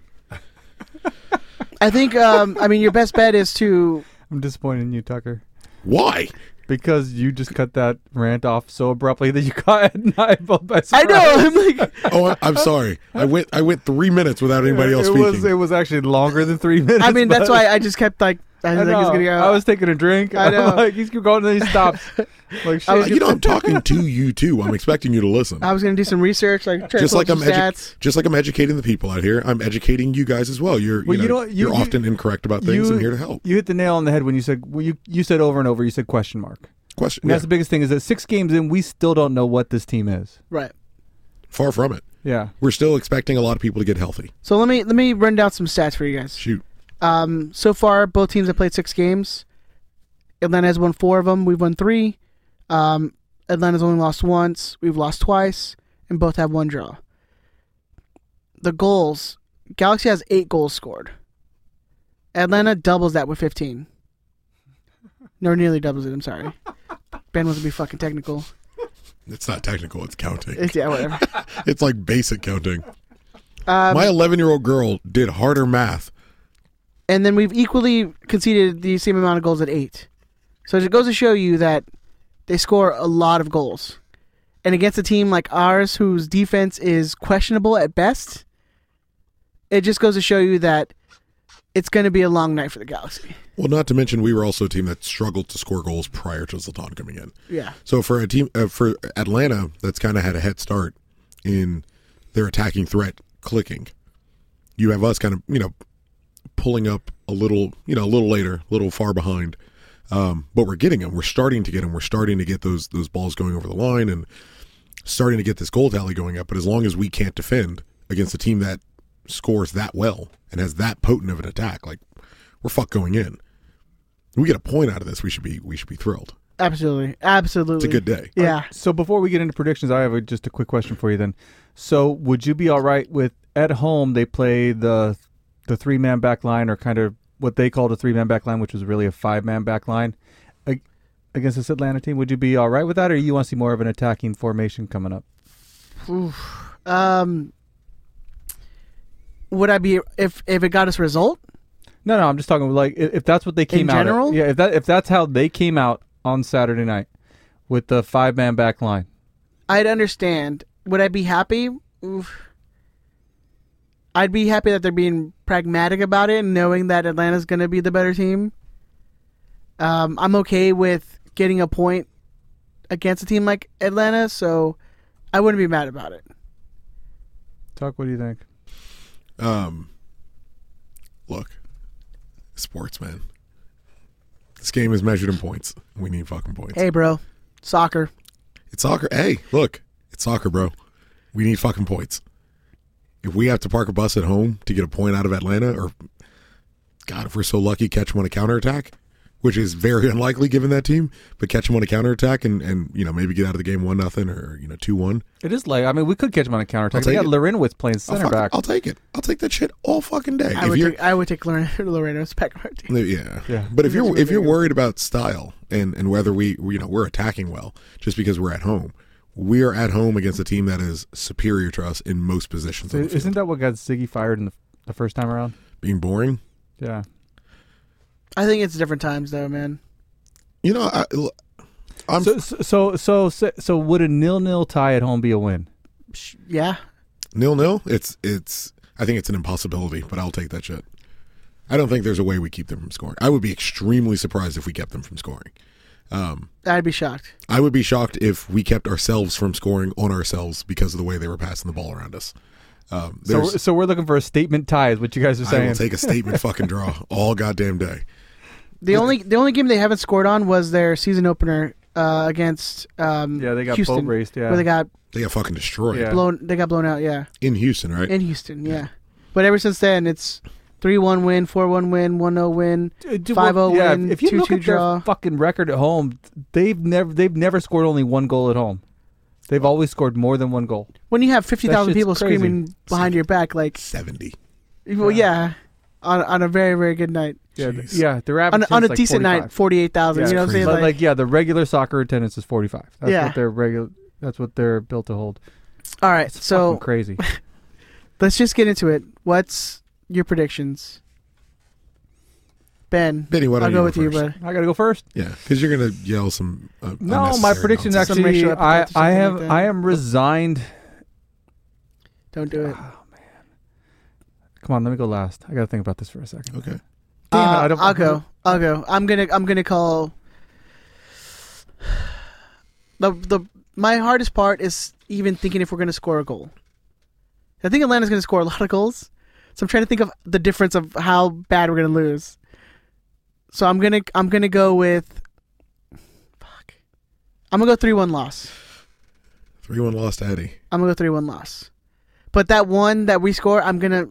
C: I think. Um, I mean, your best bet is to.
E: I'm disappointed in you, Tucker,
D: Why?
E: because you just cut that rant off so abruptly that you (laughs) caught Ed and I both by
C: I
E: surprise.
C: know.
E: (laughs)
C: I'm like,
D: Oh, I, I'm sorry. I went I went three minutes without anybody else
E: it
D: speaking.
E: was it was actually longer than three (laughs)
C: (laughs)
E: minutes.
C: I mean, that's
E: but-
C: why I just kept like. I,
E: I,
C: think it's
E: know.
C: gonna go.
E: I was taking a drink.
C: I
E: (laughs) I know.
C: know.
E: like he's keep going and then he (laughs) stops. like
D: Uh,
E: shit.
D: you know, I'm talking to you too. I'm expecting you to listen.
C: I was gonna do some research, like try
D: Just
C: to
D: like
C: pull
D: I'm
C: some
D: edu-
C: stats.
D: just like I'm educating the people out here, I'm educating you guys as well. You're
E: Well,
D: you
E: you
D: know,
E: know what? You-
D: are
E: you-
D: often incorrect about things.
E: You-
D: I'm here to help.
E: You hit the nail on the head when you said well, you you said over and over. You said question mark.
D: Question.
E: And
D: Yeah,
E: that's the biggest thing is that six games in, we still don't know what this team is.
C: Right.
D: far from it.
E: Yeah.
D: We're still expecting a lot of people to get healthy.
C: So let me let me run down some stats for you guys.
D: Shoot.
C: Um, so far, both teams have played six games. Atlanta has won four of them. We've won three. Um, Atlanta's only lost once. We've lost twice, and both have one draw. The goals: Galaxy has eight goals scored. Atlanta doubles that with (laughs) fifteen. No, nearly doubles it. I'm (laughs) sorry. Ben wasn't be fucking technical.
D: It's not technical. It's counting.
C: It's, yeah, whatever.
D: It's like basic counting.
C: Um,
D: My 11 year old girl did harder math.
C: and then we've equally conceded the same amount of goals at eight. So it goes to show you that they score a lot of goals, and against a team like ours, whose defense is questionable at best, it just goes to show you that it's going to be a long night for the Galaxy.
D: Well, not to mention we were also a team that struggled to score goals prior to Zlatan coming in.
C: Yeah,
D: So for a team uh, for Atlanta that's kind of had a head start in their attacking threat clicking, you have us kind of you know pulling up a little you know a little later, a little far behind. Um, but we're getting them. We're starting to get them. We're starting to get those those balls going over the line and starting to get this goal tally going up. But as long as we can't defend against a team that scores that well and has that potent of an attack, like we're fuck going in. We get a point out of this. We should be we should be thrilled.
C: absolutely, absolutely.
D: It's a good day.
C: Yeah,
E: So before we get into predictions, I have a, just a quick question for you. Then, so would you be all right with at home they play the the three man back line or kind of what they called a three man back line, which was really a five man back line, a- against this Atlanta team? Would you be all right with that, or you want to see more of an attacking formation coming up?
C: Oof. Um, would I be if if it got us a result?
E: No, no, I'm just talking like i- if that's what they came
C: In
E: out. at-
C: general?
E: yeah. If that if that's how they came out on Saturday night with the five man back line,
C: I'd understand. Would I be happy? Oof. I'd be happy that they're being pragmatic about it, knowing that Atlanta's going to be the better team. Um, I'm okay with getting a point against a team like Atlanta, so I wouldn't be mad about it.
E: Tuck, what do you think?
D: Um, look, sports man. This game is measured in points. We need fucking points.
C: Hey, bro, soccer.
D: It's soccer. Hey, look, it's soccer, bro. We need fucking points. If we have to park a bus at home to get a point out of Atlanta, or God, if we're so lucky, catch them on a counterattack, which is very (laughs) unlikely given that team, but catch them on a counterattack and, and you know maybe get out of the game one nothing or you know two one.
E: it is like I mean we could catch them on a
D: I'll
E: counterattack.
D: take
E: We got
D: it.
E: Lorinowitz playing center
D: fucking-
E: back.
D: I'll take it. I'll take that shit all fucking day.
C: I
D: If
C: would,
D: you're-
C: take, I would take Lorena, (laughs) Loreno's back.
D: Yeah. But if you're if you're worried about style and and whether we you know we're attacking well just because we're at home, we are at home against a team that is superior to us in most positions.
E: So
D: on the field.
E: isn't that what got Ziggy fired in the, the first time around?
D: Being boring.
E: Yeah.
C: I think it's different times though, man.
D: You know, I, am
E: so, so so so so would a nil nil tie at home be a win?
C: Yeah.
D: Nil nil. It's it's. I think it's an impossibility, but I'll take that shit. I don't think there's a way we keep them from scoring. I would be extremely surprised if we kept them from scoring. Um,
C: I'd be shocked.
D: I would be shocked if we kept ourselves from scoring on ourselves because of the way they were passing the ball around us. Um,
E: So
D: there's-
E: we're, so we're looking for a statement tie is what you guys are saying.
D: I will take a
E: (laughs)
D: statement fucking draw all goddamn day.
C: The only the only game they haven't scored on was their season opener uh, against um,
E: Yeah, they got
C: Houston,
E: boat raced, yeah.
C: where they got
D: They got fucking destroyed
C: blown. They got blown out. Yeah,
D: in Houston, right?
C: in Houston. Yeah, but ever since then, it's three one win, four one win, one zero win,
E: Dude, well,
C: five zero
E: yeah,
C: win,
E: If you
C: two
E: look
C: two
E: at
C: draw.
E: their fucking record at home, they've never they've never scored only one goal at home. They've always scored more than one goal.
C: When you have fifty thousand
E: shit's
C: people
E: crazy.
C: screaming behind your back, like
D: seventy.
C: Well, yeah, on on a very very good night.
E: Yeah, th- yeah, their
C: on,
E: average is
C: on a
E: like
C: decent night,
E: 45.
C: forty eight thousand.
E: Yeah.
C: you know what I'm saying?
E: But
C: Like,
E: like, yeah, the regular soccer attendance is forty five. That's
C: Yeah.
E: what they're regular. That's what they're built to hold.
C: all right, so
E: fucking crazy.
C: let's just get into it. What's your predictions, Ben?
D: Benny, why don't
C: I'll go
D: you
C: with
D: go
C: you,
D: first?
C: bud.
E: I gotta go first.
D: Yeah, because you're gonna yell some. Uh,
E: No, my
D: unnecessary
E: prediction's
D: nonsense.
E: actually.
C: racial epithets or
E: I I
C: something
E: have
C: like that.
E: I am resigned.
C: Don't do it.
E: Come on, let me go last. I gotta think about this for a second.
D: Okay.
E: Damn it,
C: Uh,
E: I don't-
C: I'll go. I'll go. I'm gonna. I'm gonna call. The the my hardest part is even thinking if we're gonna score a goal. I think Atlanta's gonna score a lot of goals, so I'm trying to think of the difference of how bad we're gonna lose. So I'm gonna I'm gonna go with. Fuck. I'm gonna go three one loss.
D: Three one lost to Eddie.
C: I'm gonna go three one loss. But that one that we score, I'm gonna.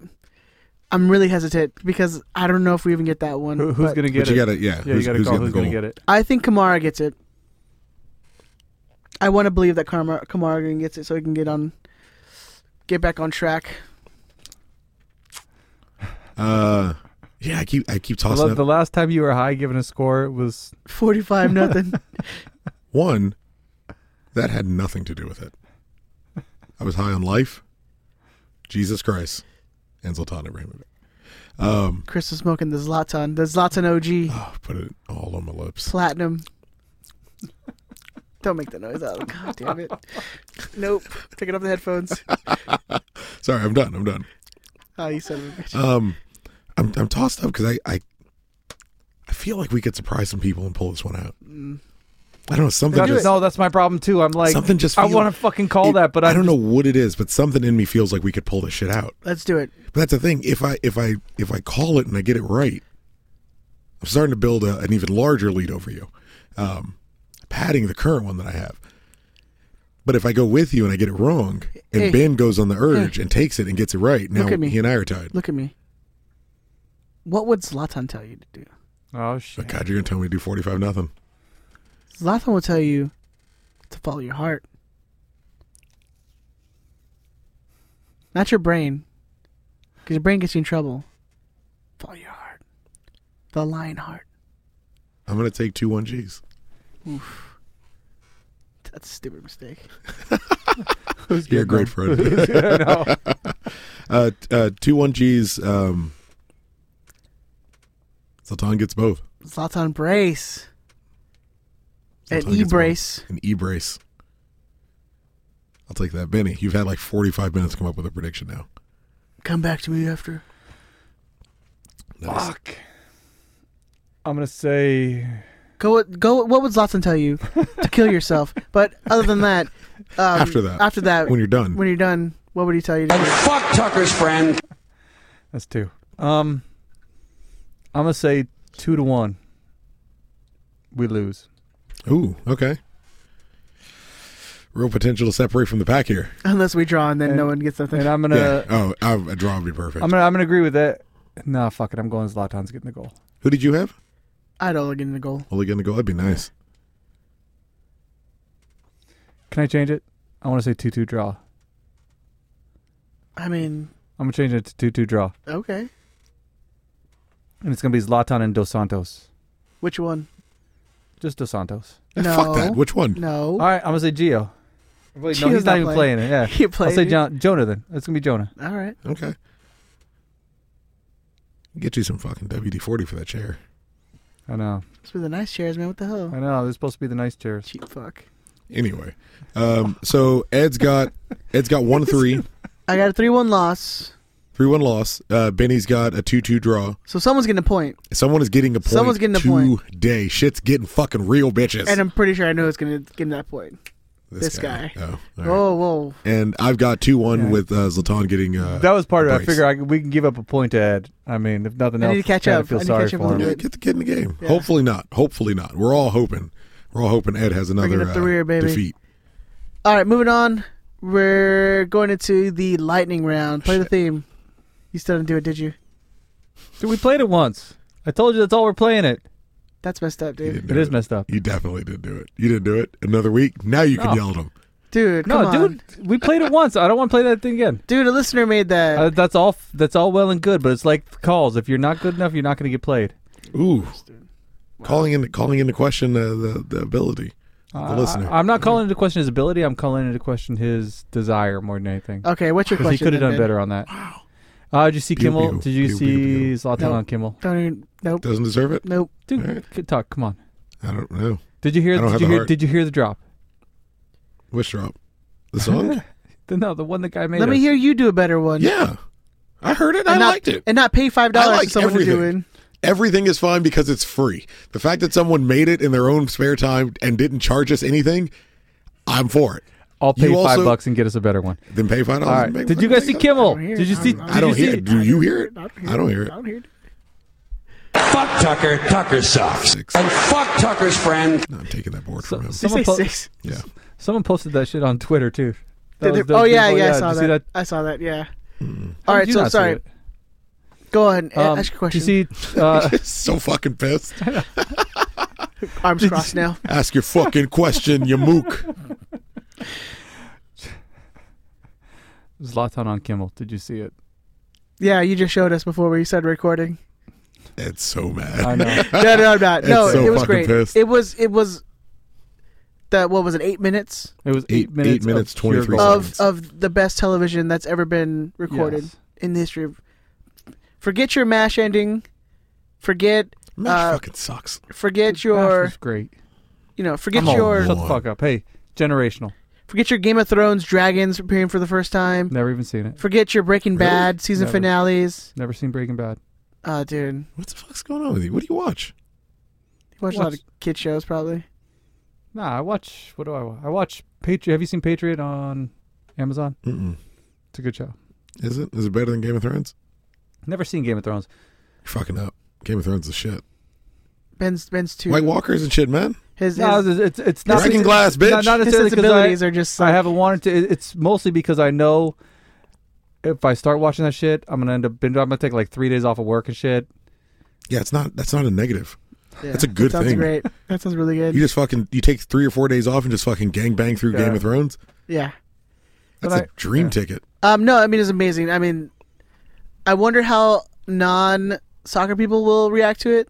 C: I'm really hesitant because I don't know if we even get that one.
E: (laughs) Who, who's
C: but-
E: gonna get
D: But you
E: it?
D: gotta- yeah,
E: Yeah,
D: who's-
E: you gotta
D: who's
E: call
D: getting
E: who's
D: the
E: gonna
D: goal?
E: get it.
C: I think Kamara gets it. I want to believe that Kamara, Kamara gets it so he can get on, get back on track.
D: Uh, yeah, I keep I keep
E: I
D: tossing
E: love
D: up
E: the last time you were high giving a score was
C: Forty-five nothing.
D: one that had nothing to do with it. I was high on life, Jesus Christ, and Zlatan Ibrahimovic. Um,
C: Chris is smoking the Zlatan, the Zlatan OG
D: oh, put it all on my lips.
C: platinum. Don't make the noise out. God damn it. Nope. Picking up the headphones.
D: Sorry, I'm done. I'm done.
C: Oh, you son of a bitch.
D: Um, I'm I'm tossed up because I, I I feel like we could surprise some people and pull this one out. I don't know something.
E: That's-
D: Just,
E: no, that's my problem too. I'm like
D: something just.
E: I
D: feel-
E: want to fucking call
D: it-
E: that, but
D: I
E: I'm
D: don't know what it is, but something in me feels like we could pull this shit out.
C: Let's do it.
D: But that's the thing. If I if I if I call it and I get it right, I'm starting to build a, an even larger lead over you, um, padding the current one that I have. But if I go with you and I get it wrong, and
C: Hey.
D: Ben goes on the urge and takes it and gets it right, now
C: Look at me.
D: he and I are tied.
C: Look at me. What would Zlatan tell you to do?
E: Oh shit!
D: But God, you're gonna tell me to do forty five nothing.
C: Zlatan will tell you to follow your heart, not your brain, because your brain gets you in trouble. Follow your heart, the lion heart.
D: I'm gonna take two one G's.
C: Oof. That's a stupid mistake.
D: You're a great friend.
C: (laughs)
D: (laughs) uh, t- uh, two one G's. Um, Zlatan gets both.
C: Zlatan brace. An
D: Zlatan
C: e
D: gets
C: brace.
D: both. An e brace. I'll take that, Benny. You've had like forty five minutes to come up with a prediction now.
C: Come back to me after.
E: Fuck. I'm gonna say
C: Go. Go. What would Zlatan tell you to kill
D: (laughs)
C: yourself? But other than that, um,
D: After that.
C: after that,
D: When you're done.
C: when you're done, what would he tell you? To do?
H: Fuck Tucker's friend.
E: that's two. Um, I'm gonna say two to one. We lose.
D: Ooh, okay. Real potential to separate from the pack here.
C: Unless we draw and then no one gets nothing.
E: And I'm gonna
D: yeah. Oh, I, a draw would be perfect.
E: Uh, I'm gonna I'm gonna agree with that. Nah, fuck it. I'm going Zlatan's getting the goal.
D: Who did you have?
C: I'd only get in the goal.
D: Only gonna go. That'd be nice.
E: Can I change it? I want to say two two draw.
C: I mean,
E: I'm gonna change it to two two draw,
C: okay.
E: and it's gonna be Zlatan and Dos Santos.
C: Which one?
E: Just Dos Santos.
D: Eh,
C: No.
D: Fuck that. Which one?
C: No.
E: All right, I'm gonna say Gio. Wait, no,
C: Gio's
E: he's not,
C: not
E: even
C: playing.
E: playing it.
C: (laughs)
E: Yeah,
C: He
E: I'll
C: played
E: say
C: it.
E: John, Jonah then. It's gonna be Jonah.
C: All right.
D: Okay. Get you some fucking WD forty for that chair.
E: I know.
C: It's with the nice chairs, man. What the hell?
E: I know. They're supposed to be the nice chairs.
C: Cheap fuck.
D: Anyway, um, so Ed's got Ed's got one three,
C: I got a three-one loss,
D: three one loss. Uh, Benny's got a two two draw.
C: so someone's getting a point,
D: Someone is getting a point.
C: Someone's getting a
D: today.
C: point.
D: Shit's getting fucking real, bitches.
C: and I'm pretty sure I know who's gonna give him that point. this guy.
D: Oh, all right.
C: Oh, whoa.
D: And I've got two one with uh, Zlatan getting. Uh,
E: That was part of. it. I
D: brace.
E: figure I, we can give up a point to Ed. I mean, if nothing
C: I
E: else,
C: need to catch
E: kinda
C: up.
E: Feel
C: I need to
E: sorry
C: catch up a
E: for
C: little
E: him.
D: Yeah,
C: bit.
D: get the kid in the game. Hopefully not. Hopefully not. We're all hoping. We're all hoping Ed has another
C: up the
D: uh,
C: rear, baby.
D: defeat.
C: All right, moving on. We're going into the lightning round. Play the theme. You still didn't do it, did you?
E: Dude, we played it once. I told you that's all we're playing it.
C: That's messed up,
D: You
C: dude.
D: didn't
E: It
D: do
E: is messed up.
D: You definitely did do it. You didn't do it. Another week. Now you can
E: No.
D: yell at him.
C: Dude, come
E: No,
C: on.
E: dude, we played it once. I don't want to play that thing again.
C: Dude, a listener made that.
E: Uh, that's all. That's all well and good, but it's like the calls. If you're not good enough, you're not going to get played.
D: Ooh, calling in calling into question uh, the the ability of the
E: I-
D: listener.
E: Uh, I, am not calling into question his ability. I'm calling into question his desire more than anything.
C: okay, what's your
E: Because
C: question?
E: he could have
C: then,
E: done
C: Ben?
E: better on that. Uh, did you see
D: Pew,
E: Kimmel?
D: pew,
E: Did you
D: pew,
E: see
D: pew, pew.
E: Zlatan
C: No.
E: on Kimmel?
C: Don't even. Nope.
D: Doesn't deserve it.
C: Nope.
E: Dude,
D: All right.
E: good talk. Come on.
D: I don't know.
E: Did you hear?
D: I don't have
E: Did you
D: the
E: hear,
D: heart.
E: did you hear the drop? (laughs)
D: Wish drop. The song.
E: The- No, the one the guy made.
C: Let me
E: us.
C: hear you do a better one.
D: yeah, I heard it. I
C: And not,
D: liked it.
C: And not pay $5 dollars to
D: liked
C: someone to do
D: everything.
C: it.
D: Everything is fine because it's free. The fact that someone made it in their own spare time and didn't charge us anything, I'm for it.
E: I'll pay
D: You
E: five
D: also-
E: bucks and get us a better one.
D: Then pay five
E: All
D: dollars. and
E: right.
D: make-
E: Did you guys
D: make
E: see
D: up.
E: Kimmel?
C: hear
E: Did you
C: it.
E: see?
C: I
D: I
E: did
D: don't
E: you
D: hear.
E: see?
D: it. Do you hear it? I don't hear it.
H: Fuck Tucker. Tucker sucks.
D: Six.
H: And fuck Tucker's friend.
D: No, I'm taking that board
E: So-
D: from him.
E: so-
C: Did you
E: Someone
C: say
E: po-
C: six?
D: yeah.
E: Someone posted that shit on Twitter too. That
C: Did
E: was
C: they-
E: those
C: oh, yeah,
E: people-
C: yeah, I
E: did
C: saw
E: you see
C: that. I saw that, yeah. All
E: How did
C: right,
E: you
C: so
E: not see
C: sorry.
E: it?
C: Go ahead and
E: Um,
C: ask your question.
E: You
C: (laughs)
E: see, uh,
D: so fucking pissed.
C: Arms crossed now.
D: Ask your fucking question, you mook.
E: Zlatan on Kimmel. Did you
D: (laughs)
E: see it?
C: Yeah, you just showed us before we started recording.
E: (laughs)
D: Ed's so mad.
E: I know.
C: no, no, I'm not. No,
D: It's so
C: it was
D: fucking
C: great.
D: pissed.
C: It was it was that what was it? Eight minutes
E: It was
D: Eight-
E: eight,
D: eight
E: minutes. of
D: minutes,
E: pure
D: 23
E: gold.
D: seconds.
C: of
D: minutes.
C: of the best television that's ever been recorded
E: Yes.
C: in the history of. Forget your mash ending. Forget
D: Mash
C: Uh,
D: fucking sucks.
C: forget
E: Gosh, it
C: your
E: was great.
C: you know forget
E: Come on,
C: your
E: shut the fuck up. Hey, generational.
C: forget your Game of Thrones dragons appearing for the first time.
E: Never even seen it.
C: Forget your Breaking Bad season
E: Never.
C: finales.
E: Never seen Breaking Bad.
C: Oh, dude,
D: What the fuck's going on with you? What do you watch?
C: you watch a lot of kid shows probably.
E: Nah, I watch. What do I watch? I watch Patriot. Have you seen Patriot on Amazon?
D: Mm-mm.
E: It's a good show.
D: Is it? Is it better than Game of Thrones?
E: Never seen Game of Thrones.
D: You're fucking up. Game of Thrones is shit.
C: Ben's Ben's too.
D: White Walkers and shit, man.
C: his his,
E: No, it's it's, it's not
D: Breaking glass, bitch.
E: Not, not
C: his
E: necessarily 'cause I-
C: sensibilities are just
E: I
C: like,
E: haven't wanted to. it- It's mostly because I know if I start watching that shit, I'm gonna end up. binge- I'm gonna take like three days off of work and shit.
D: Yeah, it's not. That's not a negative.
C: yeah,
D: that's a good
C: that sounds
D: thing.
C: Great. That sounds really good.
D: You just fucking. You take three or four days off and just fucking gangbang through
E: Yeah.
D: Game of Thrones.
C: yeah.
D: That's
E: But
D: a
E: I-
D: dream ticket.
C: Um, no, I mean it's amazing. I mean, I wonder how non-soccer people will react to it,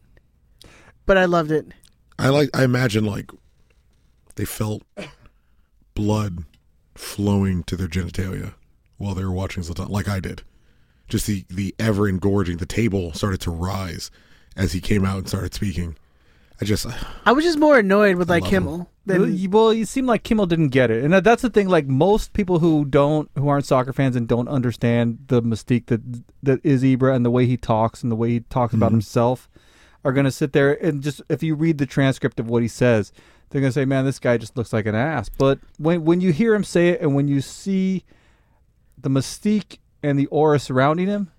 C: but I loved it.
D: I like. I imagine like They felt blood flowing to their genitalia while they were watching Zlatan, like I did. Just the, the ever engorging. The table started to rise as he came out and started speaking. I just,
C: I was just more annoyed with like
D: Love
C: Kimmel.
E: Well,
C: Than,
E: you, well, you seem like Kimmel didn't get it, and that- that's the thing. Like most people who don't, who aren't soccer fans and don't understand the mystique that that is Ibra and the way he talks and the way he talks about himself, are going to sit there and just if you read the transcript of what he says, they're going to say, "Man, this guy just looks like an ass." But when when you hear him say it and when you see the mystique and the aura surrounding him,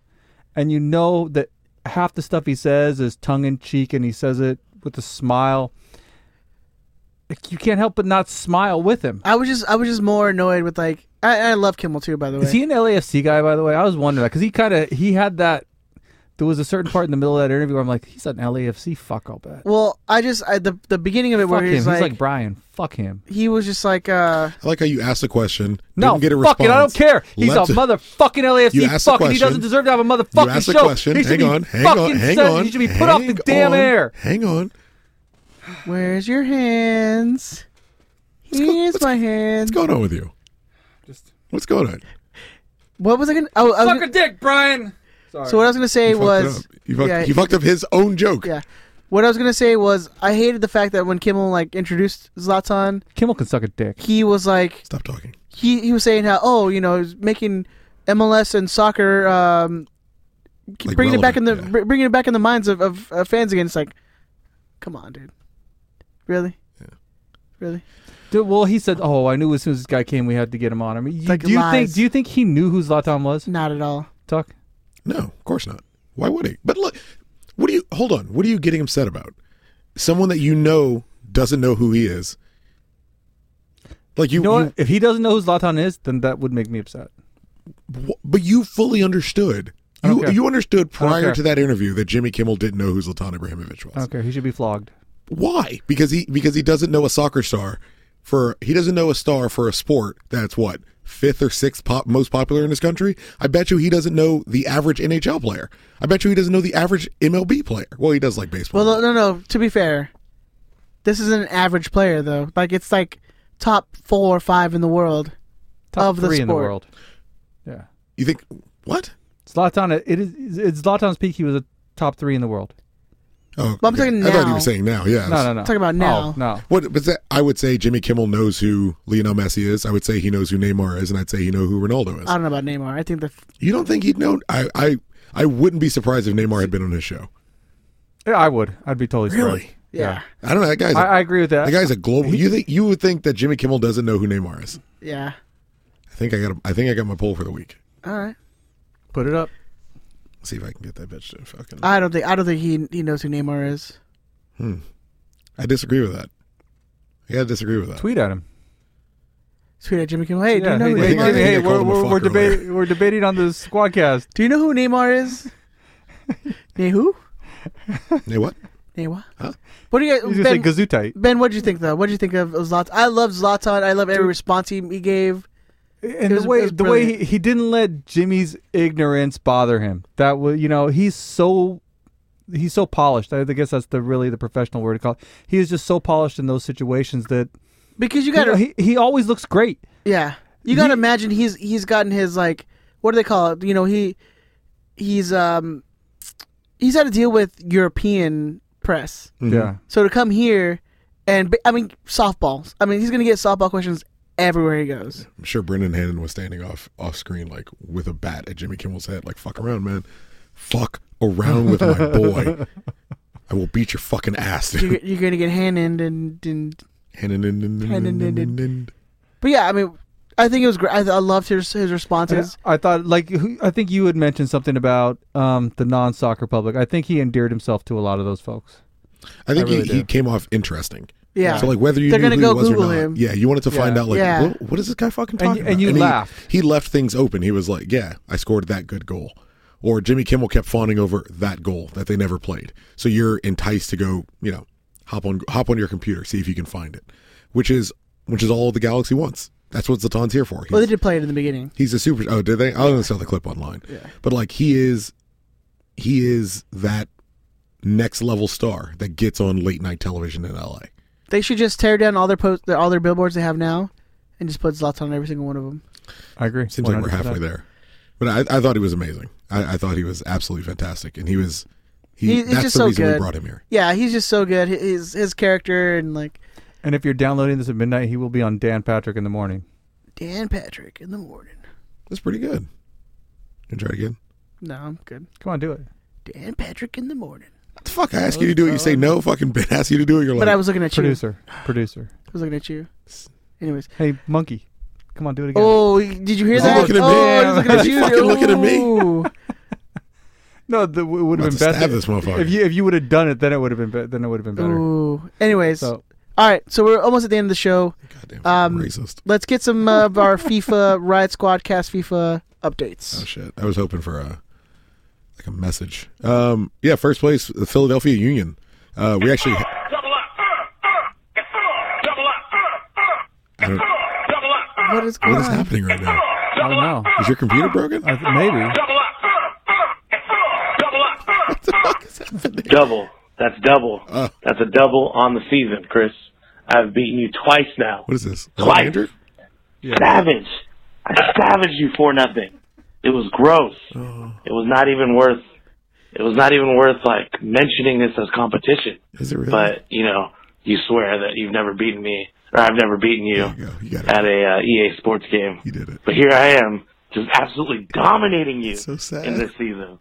E: and you know that half the stuff he says is tongue in cheek and he says it with a smile. Like, You can't help but not smile with him.
C: I was just I was just more annoyed with like I, I love Kimmel too. By the way,
E: Is he an LAFC guy, by the way? I was wondering that because he kind of he had that. There was a certain part in the middle of that interview where I'm like, he's an LAFC fuck. I'll bet.
C: well, I just I, the the beginning of it
E: Fuck
C: where
E: him.
C: he's like,
E: Brian. Fuck him.
C: he was just like uh
D: I like how you asked a question.
E: No,
D: didn't get a
E: fuck it. I don't
D: response,
E: care. He's
D: left
E: a
D: it-
E: motherfucking
D: You
E: LAFC
D: asked a
E: fuck, and he
D: question.
E: doesn't deserve to have a
D: You
E: motherfucking
D: asked a
E: show.
D: question.
E: He should
D: Hang
E: be
D: on. Hang
E: fucking
D: on. Hang
E: sent-
D: on.
E: He should be put off the
D: hang
E: damn
D: on,
E: air.
D: Hang on.
C: Where's your hands? Here's my hands.
D: What's going on with you? What's going on?
C: What was I gonna? Oh, I was,
E: Suck a dick, Brian.
C: so what I was gonna say
D: You fucked it
C: was
D: up. You fucked,
C: yeah,
D: he fucked up his own joke.
C: yeah. What I was gonna say was I hated the fact that when Kimmel like introduced Zlatan,
E: Kimmel can suck a dick.
C: he was like
D: Stop talking.
C: he he was saying how oh you know he's making MLS and soccer um keep
D: Like
C: bringing it back in the
D: relevant, yeah.
C: br- bringing it back in the minds of, of, of fans again. It's like, come on, dude, really, really.
E: Dude, well, he said, "Oh, I knew as soon as this guy came, we had to get him on." I mean, you-
C: Like
E: do you think
C: lies.
E: do you think he knew who Zlatan was?
C: Not at all.
E: Tuck.
D: No, of course not. Why would he? But look, what do you hold on? What are you getting upset about? Someone that you know doesn't know who he is. Like you,
E: You know what? If he doesn't know who Zlatan is, then that would make me upset.
D: you- wh- but you fully understood.
E: I don't
D: You
E: care.
D: you understood
E: don't
D: prior
E: care.
D: to that interview that Jimmy Kimmel didn't know who Zlatan Ibrahimovic was.
E: Okay, he should be flogged.
D: Why? Because he because he doesn't know a soccer star for he doesn't know a star for a sport that's what fifth or sixth pop, most popular in this country. I bet you he doesn't know the average NHL player. I bet you he doesn't know the average MLB player. Well, he does like baseball.
C: Well, no, no, no. To be fair, this is an average player though. Like it's like top four or five in the world.
E: Top
C: Of the
E: three in the
C: sport.
E: world. Yeah,
D: you think what?
E: Zlatan. It is. It's Zlatan's peak. He was a top three in the world.
D: Oh,
C: But I'm
D: okay.
C: talking
D: I thought you
C: now.
D: were saying now. Yeah.
E: No, no, no.
C: Talk about now.
E: Oh, no.
D: What? But that, I would say Jimmy Kimmel knows who Lionel Messi is. I would say he knows who Neymar is, and I'd say he know who Ronaldo is.
C: I don't know about Neymar. I think the f-
D: you don't think he'd know? I, I, I wouldn't be surprised if Neymar had been on his show.
E: Yeah, I would. I'd be totally surprised.
D: Really?
C: yeah,
D: I don't know. That guy's.
E: I, I agree with that.
D: That guy's a global. You think you would think that Jimmy Kimmel doesn't know who Neymar is?
C: yeah.
D: I think I got. A, I think I got my poll for the week.
C: All right.
E: Put it up.
D: Let's see if I can get that bitch to fucking. I,
C: I don't think I don't think he he knows who Neymar is.
D: disagree with that. I gotta disagree with that.
E: Tweet at him.
C: Tweet at Jimmy Kimmel. Hey, do you
E: Yeah,
C: know
E: hey,
C: who
E: hey,
D: think-
C: Neymar
D: I
E: hey,
C: is?
D: think I
E: hey,
D: called
E: we're
D: him a
E: we're, we're,
D: fucker earlier.
E: debating we're debating on the squadcast.
C: Do you know who Neymar
E: (laughs)
C: is? Nay who?
D: Nay, what?
C: Nay what?
D: Huh?
C: What do you
E: He's
C: guys?
E: gonna
C: Ben,
E: say Gazootite.
C: ben, what do you think though? What do you think of Zlatan? I love Zlatan. I love every response he, he gave.
E: and
C: It
E: the
C: was-
E: way
C: it was
E: the way
C: brilliant.
E: he, he didn't let Jimmy's ignorance bother him. That was you know he's so he's so polished. I guess that's the really the professional word to call. It. He is just so polished in those situations that
C: Because you
E: you
C: gotta,
E: know, he he always looks great.
C: yeah, you gotta
E: He-
C: imagine he's he's gotten his like, what do they call it? You know, he he's um he's had to deal with European press.
E: Yeah,
C: So to come here and I mean softballs. I mean he's gonna get softball questions everywhere he goes.
D: I'm sure Brendan Hannon was standing off off screen like with a bat at Jimmy Kimmel's head. Like fuck around, man. Fuck around with my
E: (laughs)
D: boy. I will beat your fucking ass.
C: You're,
D: dude.
C: you're gonna get Hannon and and
D: Hannon, Hannon, Hannon, Hannon, Hannon.
C: But yeah, I mean, I think it was great. I, I loved his his responses.
E: I thought like who- I think you had mentioned something about um, the non soccer public. I think he endeared himself to a lot of those folks.
D: I think
E: I really
D: he, he
E: do.
D: came off interesting.
C: Yeah.
D: So like whether you
C: They're
D: knew
C: gonna
D: who
C: go
D: he was
C: Google
D: or not,
C: him.
D: yeah, you wanted to find
E: Yeah.
D: out like
C: Yeah.
D: what, what is this guy fucking
E: And-
D: talking
E: and
D: about?
E: you
D: he-
E: laughed.
D: He, left things open. He was like, "Yeah, I scored that good goal," or Jimmy Kimmel kept fawning over that goal that they never played. So you're enticed to go, you know, hop on hop on your computer, see if you can find it, which is which is all the Galaxy wants. That's what Zatan's here for. He's,
C: Well, they did play it in the beginning.
D: he's a super. Oh, did they? I only saw the clip online. But like he is, he is that next level star that gets on late night television in L.A.
C: They should just tear down all their post, their, all their billboards they have now, and just put Zlatan on every single one of them.
E: I agree.
D: Seems like we're
E: 100%.
D: halfway there. But I, I thought he was amazing. I, I thought he was absolutely fantastic, and he was. He,
C: He- he's
D: that's
C: just
D: the
C: so
D: reason
C: good.
D: we brought him here.
C: Yeah, he's just so good. Hi- His his character and like
E: And if you're downloading this at midnight, he will be on Dan Patrick in the morning.
C: Dan Patrick in the morning.
D: That's pretty good. You try it again.
C: No, I'm good.
E: Come on, do it.
C: Dan Patrick in the morning.
D: What the fuck? I ask you to do it. You say no. Fucking Ben asks you to do it. You're like.
C: But I was looking at you.
E: Producer, producer.
C: I was looking at you. Anyways.
E: Hey, monkey, come on, do it again.
C: Oh, did you hear
D: He's
C: that?
D: looking at me.
C: oh, he's looking at
D: He's
C: you.
D: fucking looking at me.
C: Ooh.
E: No, the, it would
D: I'm
E: have
D: about
E: been
D: to
E: better
D: stab this motherfucker.
E: if you if you would have done it. Then it would have been be- then it would have been better.
C: Ooh. Anyways,
E: So
C: all right. So we're almost at the end of the show.
D: Goddamn
C: Um,
D: racist.
C: Let's get some of our FIFA Riot Squad cast FIFA
D: Oh
C: updates.
D: shit! I was hoping for a like a message. Um, yeah, first place, the Philadelphia Union. Uh, we actually. I don't,
C: What is going
D: what is
C: on?
D: happening right now?
E: I don't know.
D: Is your computer (laughs) broken?
E: I th- maybe
D: What the fuck is happening?
I: Double. That's double.
D: Uh.
I: That's a double on the season, Chris. I've beaten you twice now.
D: What is this?
I: Twice.
D: Alexander?
I: Savage. I savaged you for nothing. It was gross. It was not even worth. It was not even worth like mentioning this as competition.
D: Is it really?
I: (laughs) But you know, you swear that you've never beaten me, or I've never beaten you
D: There you go. You got it.
I: at a uh, EA Sports game.
D: You did it.
I: But here I am, just absolutely dominating you
D: So sad.
I: in this season.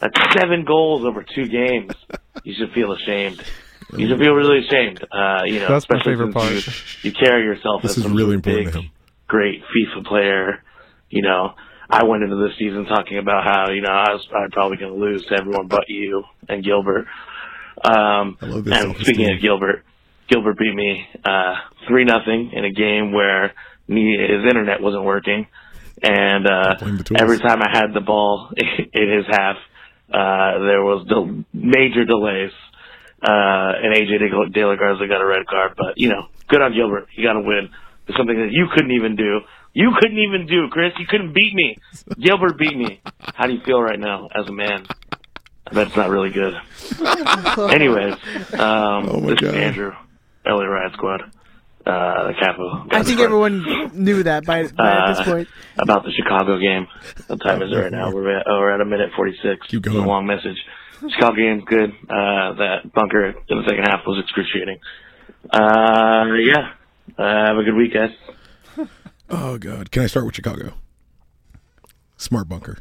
I: That's seven goals over two games. You should feel ashamed. You should feel really ashamed. Uh, you know,
E: That's my
I: especially
E: favorite
I: since You, you carry yourself
D: This
I: as
D: is
I: some
D: really
I: big,
D: important to him.
I: great FIFA player. You know, I went into this season talking about how you know I was I'm probably going to lose to everyone but you and Gilbert. Um,
D: I love this
I: and
D: self-esteem.
I: speaking of Gilbert, Gilbert beat me uh, three nothing in a game where me, his internet wasn't working, and uh,
D: Blame the tools.
I: every time I had the ball (laughs) in his half, uh, there was del- major delays. Uh, and AJ De, De La Garza got a red card, but you know, good on Gilbert. He got a win. It's something that you couldn't even do. You couldn't even do, Chris. You couldn't beat me. Gilbert beat me. How do you feel right now as a man? I bet it's not
C: (laughs)
I: really good. Anyways, um,
D: Oh, my
I: this
D: God.
I: is Andrew, LA Riot Squad, uh, the Capo.
C: I think everyone knew that by, by at this
I: Uh,
C: point.
I: about the Chicago game. What time is it right now? We're at, oh, we're at a minute 46.
D: Keep going.
I: It's a long message. Chicago game's good. Uh, that bunker in the second half was excruciating. Uh, yeah. Uh, have a good week, guys.
D: Oh god. Can I start with Chicago? Smart bunker.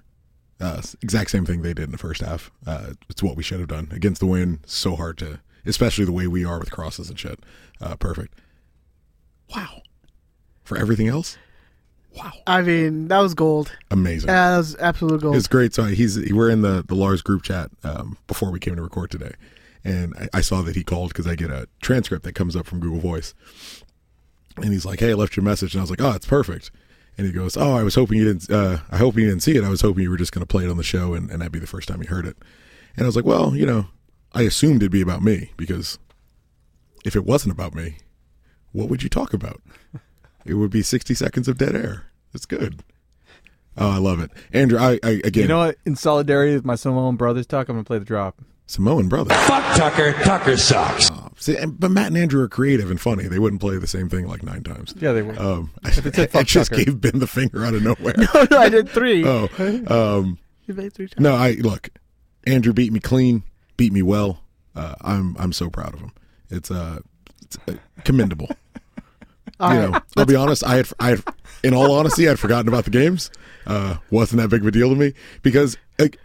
D: Uh, s- exact same thing they did in the first half. Uh, it's what we should have done against the wind. So hard to, especially the way we are with crosses and shit. Uh, perfect. Wow. For everything else,
C: I mean, that was gold.
D: amazing.
C: Yeah, that was absolute gold.
D: It's great. So he's we're in the the Lars group chat um, before we came to record today, and I, I saw that he called because I get a transcript that comes up from Google Voice, and he's like, "Hey, I left your message," and I was like, "Oh, it's perfect." And he goes, "Oh, I was hoping you didn't. Uh, I hope you didn't see it. I was hoping you were just going to play it on the show, and, and that'd be the first time you heard it." And I was like, "Well, you know, I assumed it'd be about me because if it wasn't about me, what would you talk about? It would be sixty seconds of dead air. It's good." Oh, I love it, Andrew. I, I again,
E: you know what? In solidarity with my Samoan brothers talk, I'm gonna play the drop.
D: Samoan brother.
H: Fuck Tucker. Tucker sucks.
D: See, and- but Matt and Andrew are creative and funny. They wouldn't play the same thing like nine times.
E: Yeah, they would.
D: Um, I, (laughs)
E: said
D: I
E: fuck
D: just
E: Tucker.
D: gave Ben the finger out of nowhere.
C: (laughs) no, I did three.
D: oh, um,
C: You made three times.
D: no, I look. Andrew beat me clean, beat me well. Uh, I'm I'm so proud of him. It's uh, it's uh, commendable.
C: All
D: you
C: right.
D: know,
C: (laughs)
D: I'll be honest. I had, I had, in all honesty, I'd forgotten about the games. Uh, wasn't that big of a deal to me because like,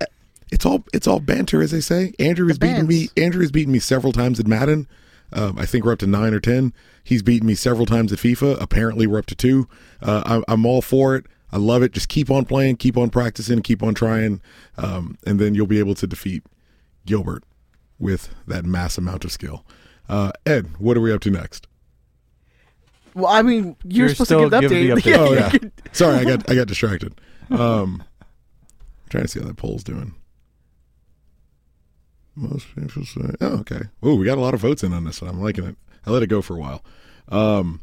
D: it's all it's all banter, as they say. Andrew has beaten me.
C: bands.
D: Andrew has beaten me several times at Madden. Um, I think we're up to nine or ten. He's beaten me several times at FIFA. Apparently, we're up to two. Uh, I'm, I'm all for it. I love it. Just keep on playing, keep on practicing, keep on trying, um, and then you'll be able to defeat Gilbert with that mass amount of skill. Uh, Ed, what are we up to next?
C: Well, I mean, you're,
E: You're
C: supposed
E: still
C: to give the
E: giving
C: update.
E: the
C: (laughs)
E: update.
D: Oh yeah. Sorry, I got I got distracted. Um, I'm trying to see how that poll's doing. Most people say, "Oh, okay." Ooh, we got a lot of votes in on this one. I'm liking it. I let it go for a while. Um,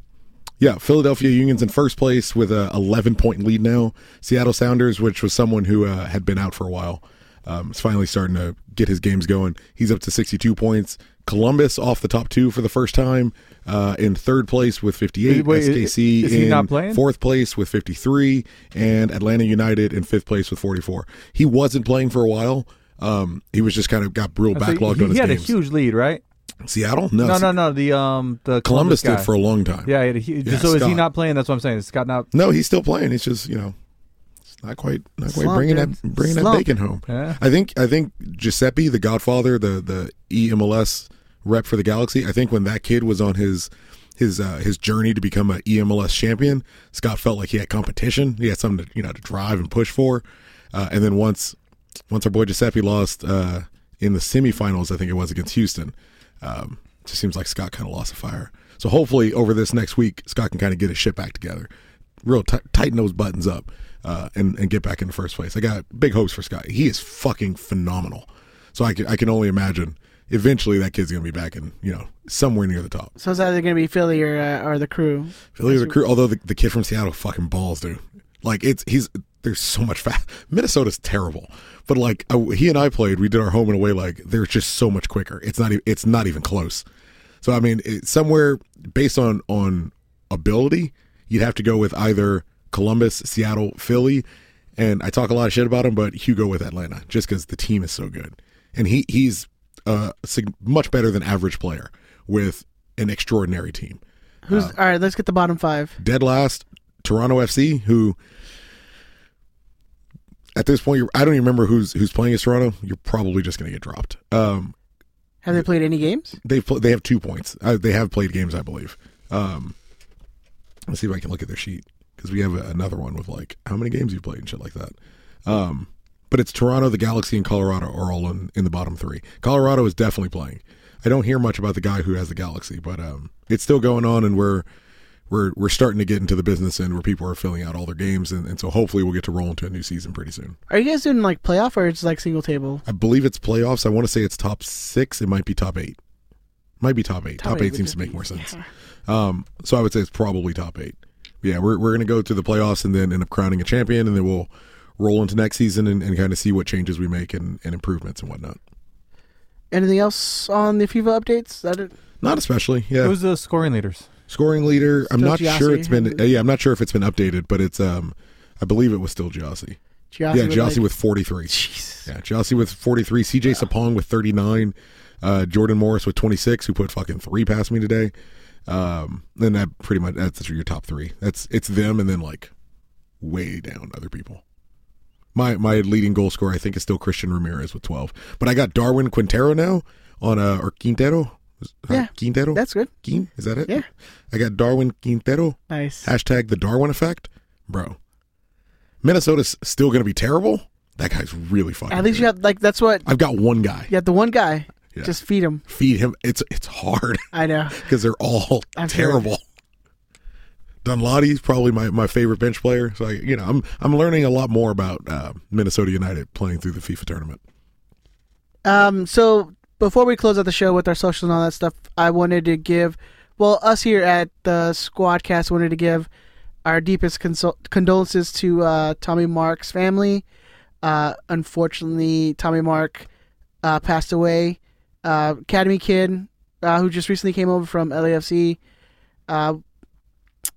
D: yeah, Philadelphia Union's in first place with a 11 point lead now. Seattle Sounders, which was someone who uh, had been out for a while, um, is finally starting to get his games going. He's up to 62 points. Columbus off the top two for the first time, uh, in third place with 58.
E: Wait,
D: SKC
E: is he
D: in
E: not playing?
D: fourth place with 53, and Atlanta United in fifth place with 44. He wasn't playing for a while. Um, he was just kind of got real
E: So he-
D: backlogged
E: he,
D: on his
E: had
D: games.
E: a huge lead, right?
D: Seattle? No,
E: no,
D: Se-
E: no, no. The um, the
D: Columbus
E: Columbus,
D: did
E: guy.
D: for a long time.
E: Yeah, he had a huge,
D: Yeah,
E: so is he
D: Scott.
E: not playing? That's what I'm saying. Is Scott not?
D: No, he's still playing. It's just you know, it's not quite not quite
E: Slump,
D: bringing
E: dude.
D: that bringing
E: Slump.
D: that bacon home.
E: Yeah.
D: I think I think Giuseppe, the Godfather, the the E EMLS rep for the Galaxy. I think when that kid was on his his uh, his journey to become E an EMLS champion, Scott felt like he had competition. He had something to you know to drive and push for. Uh, and then once once our boy Giuseppe lost uh, in the semifinals, I think it was against Houston. Um, just seems like Scott kind of lost the fire. So hopefully over this next week, Scott can kind of get his shit back together, real ti- tighten those buttons up, uh, and and get back in the first place. I got big hopes for Scott. He is fucking phenomenal. So I can I can only imagine eventually that kid's gonna be back in you know somewhere near the top.
C: So it's either going to be Philly or uh, or the crew.
D: Philly or the crew. Although the, the kid from Seattle fucking balls, dude. Like it's he's there's so much fast. Minnesota's terrible, but like I, he and I played, we did our home and away. Like they're just so much quicker. It's not e- it's not even close. So I mean, it, somewhere based on on ability, you'd have to go with either Columbus, Seattle, Philly, and I talk a lot of shit about him, but Hugo with Atlanta just because the team is so good, and he he's uh sig- much better than average player with an extraordinary team.
C: Who's
D: Oh.
C: all right? Let's get the bottom five.
D: Dead last, Toronto FC, who at this point, you're, I don't even remember who's who's playing as Toronto. You're probably just going to get dropped. Um,
C: Have they played any games?
D: they've pl- they have two points. Uh, they have played games, I believe. Um, let's see if I can look at their sheet because we have a, another one with like how many games you played and shit like that. Um, but it's Toronto, the Galaxy, and Colorado are all in, in the bottom three. Colorado is definitely playing. I don't hear much about the guy who has the Galaxy, but um, it's still going on, and we're we're we're starting to get into the business end where people are filling out all their games, and, and so hopefully we'll get to roll into a new season pretty soon.
C: Are you guys doing like playoff or it's like single table?
D: I believe it's playoffs. I want to say it's top six. It might be top eight. Might be top eight.
C: Top
D: Top,
C: eight
D: eight,
C: would
D: seems
C: just
D: to make more sense. Um, so I would say it's probably top eight. Yeah, we're we're gonna go to the playoffs and then end up crowning a champion, and then we'll roll into next season and, and kind of see what changes we make and, and improvements and whatnot.
C: Anything else on the FIFA updates? Is That it?
D: Not especially. Yeah.
E: Who's the scoring leaders?
D: Scoring leader. I'm
C: Still
D: not sure
C: Giassi,
D: it's been.
C: huh?
D: Yeah, I'm not sure if it's been updated, but it's. Um, I believe it was still Giassi.
C: Giassi
D: yeah,
C: with,
D: Giassi
C: like-
D: with 43. Yeah, Giassi with 43. CJ Sapong with 39. Uh, Jordan Morris with 26, who put fucking three past me today. Um, then that pretty much that's your top three. That's it's them, and then like way down other people. My my leading goal scorer, I think, is still Christian Ramirez with 12. But I got Darwin Quintero now on uh or Quintero. Is- huh?
C: Yeah,
D: Quintero.
C: that's good.
D: Quin, is that it?
C: Yeah.
D: I got Darwin Quintero.
C: Nice.
D: Hashtag the Darwin effect, bro. Minnesota's still going to be terrible. That guy's really fucking.
C: At least
D: good.
C: you have like that's what
D: I've got one guy.
C: you have the one guy.
D: Yeah.
C: Just feed him.
D: Feed him. It's it's hard (laughs)
C: I know.
D: because they're all
C: I've heard.
D: terrible. Dunlotty's probably my, my favorite bench player. So I, you know, I'm I'm learning a lot more about uh, Minnesota United playing through the FIFA tournament.
C: Um, so before we close out the show with our socials and all that stuff, I wanted to give, well, us here at the Squadcast wanted to give our deepest consol- condolences to uh, Tommy Mark's family. Uh, unfortunately, Tommy Mark uh, passed away. Uh, Academy kid uh, who just recently came over from LAFC. Uh,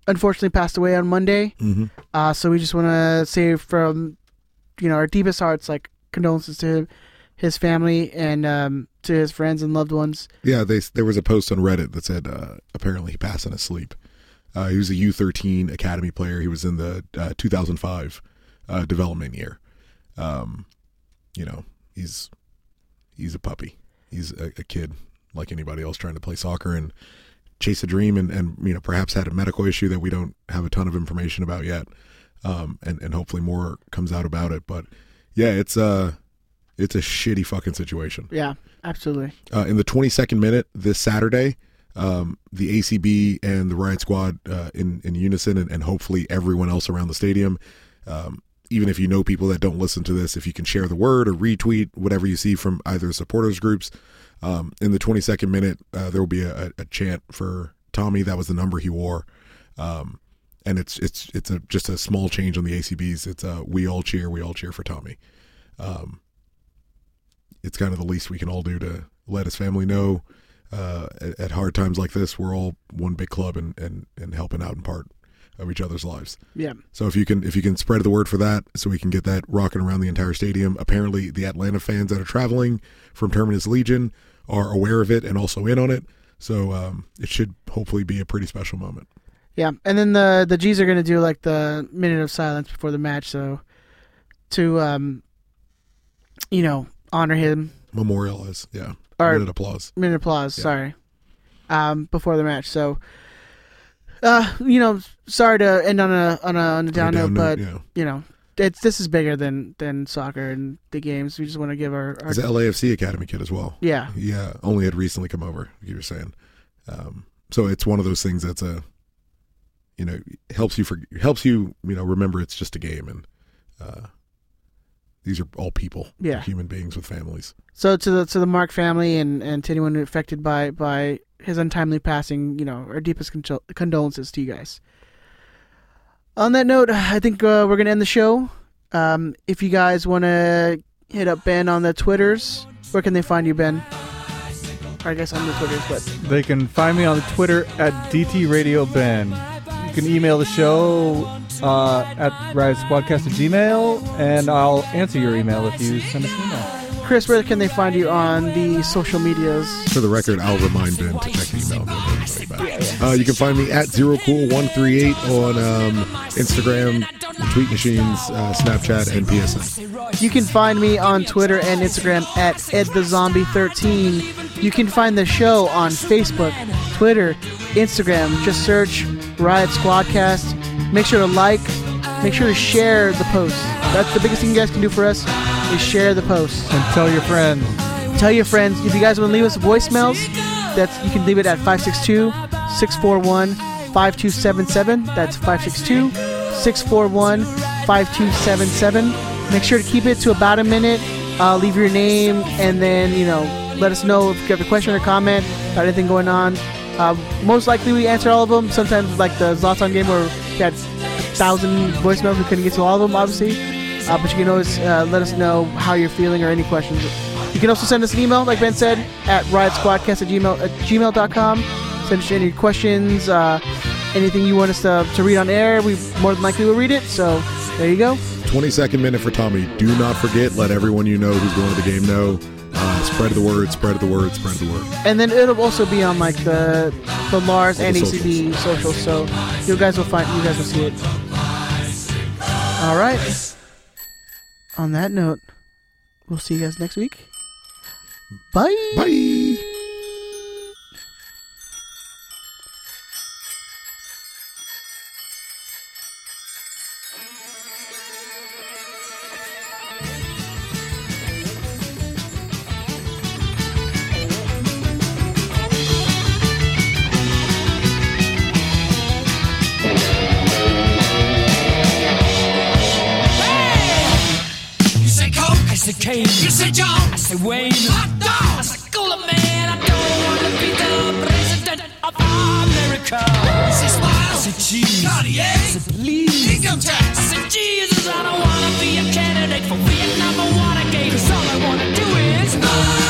C: unfortunately, passed away on Monday.
D: Mhm.
C: Uh, so we just want to say from you know our deepest hearts, like condolences to him, his family and um, to his friends and loved ones.
D: Yeah, they there was a post on Reddit that said uh, apparently he passed in his sleep. Uh, he was a U13 academy player. He was in the uh, 2005 uh, development year. Um, you know, he's he's a puppy. He's a, a kid like anybody else trying to play soccer and chase a dream, and and you know perhaps had a medical issue that we don't have a ton of information about yet. Um, and and hopefully more comes out about it. But yeah, it's uh it's a shitty fucking situation.
C: Yeah, absolutely.
D: Uh, in the 22nd minute this Saturday, um, the ACB and the Riot Squad uh, in in unison, and, and hopefully everyone else around the stadium. Um, even if you know people that don't listen to this, if you can share the word or retweet whatever you see from either supporters groups, um, in the 22nd minute uh, there will be a, a chant for Tommy. That was the number he wore, um, and it's it's it's a just a small change on the ACBs. It's uh, we all cheer, we all cheer for Tommy. Um, it's kind of the least we can all do to let his family know uh, at, at hard times like this, we're all one big club and, and, and helping out in part of each other's lives.
C: Yeah.
D: So if you can if you can spread the word for that, so we can get that rocking around the entire stadium. Apparently, the Atlanta fans that are traveling from Terminus Legion are aware of it and also in on it. So um, it should hopefully be a pretty special moment.
C: Yeah, and then the the G's are gonna do like the minute of silence before the match, so to um, you know, honor him.
D: Memorialize, yeah.
C: Or-
D: Minute applause.
C: Minute applause.
D: Yeah.
C: Sorry, um, before the match. So, uh, you know, sorry to end on a on a, on a down,
D: down
C: note, but
D: note, yeah.
C: you know, it's this is bigger than than soccer and the games. We just want to give our, our
D: He's an LAFC Academy kid as well.
C: Yeah.
D: Yeah. Only had recently come over, you were saying. Um, so it's one of those things that's a, you know, helps you for helps you, you know, remember it's just a game and uh, these are all people.
C: Yeah.
D: Human beings with families.
C: So to the to the Mark family and, and to anyone affected by, by his untimely passing, you know, our deepest condol- condolences to you guys. On that note, I think uh, we're gonna end the show. Um, if you guys want to hit up Ben on the Twitters, where can they find you, Ben? Or I guess on the Twitters, but
E: They can find me on Twitter at DT Radio Ben. You can email the show uh, at Riot Squadcast at Gmail, and I'll answer your email if you send us an email.
C: Chris, where can they find you on the social medias?
D: For the record, I'll remind Ben to check email. Uh, you can find me at zerocool138 on um, Instagram, Tweet Machines, uh, Snapchat, and PSN.
C: You can find me on Twitter and Instagram at EdTheZombie13. You can find the show on Facebook, Twitter, Instagram. Just search Riot Squadcast. Make sure to like, make sure to share the post. That's the biggest thing you guys can do for us is share the post.
E: And tell your friends.
C: Tell your friends. If you guys want to leave us voicemails, that's you can leave it at 562-641-5277. That's 562-641-5277. Make sure to keep it to about a minute. Uh, leave your name and then, you know, let us know if you have a question or comment about anything going on. Uh, most likely we answer all of them. Sometimes like the Zlatan game where we had thousand voicemails, we couldn't get to all of them, obviously. Uh, but you can always uh, let us know how you're feeling or any questions. You can also send us an email, like Ben said, at riotsquadcast at, gmail, at gmail.com. Send us any questions, uh, anything you want us to, to read on air. We more than likely will read it. So there you go.
D: 22nd minute for Tommy. Do not forget, let everyone you know who's going to the game know. Uh, spread the word, spread the word, spread the word.
C: And then it'll also be on like the the Lars
D: All
C: and
D: the
C: ECB socials. So you guys will find you guys will see it. All right. On that note, we'll see you guys next week. Bye.
D: Bye.
F: You say Coke, I say Kane. You say John, I say Wayne. Hot dog, I say Cooler Man. I don't wanna be the president of America. You say smile, I say cheese. Cartier, I say please. Income tax, I say Jesus. I don't wanna be a candidate for Vietnam or Watergate. 'Cause all I wanna do is.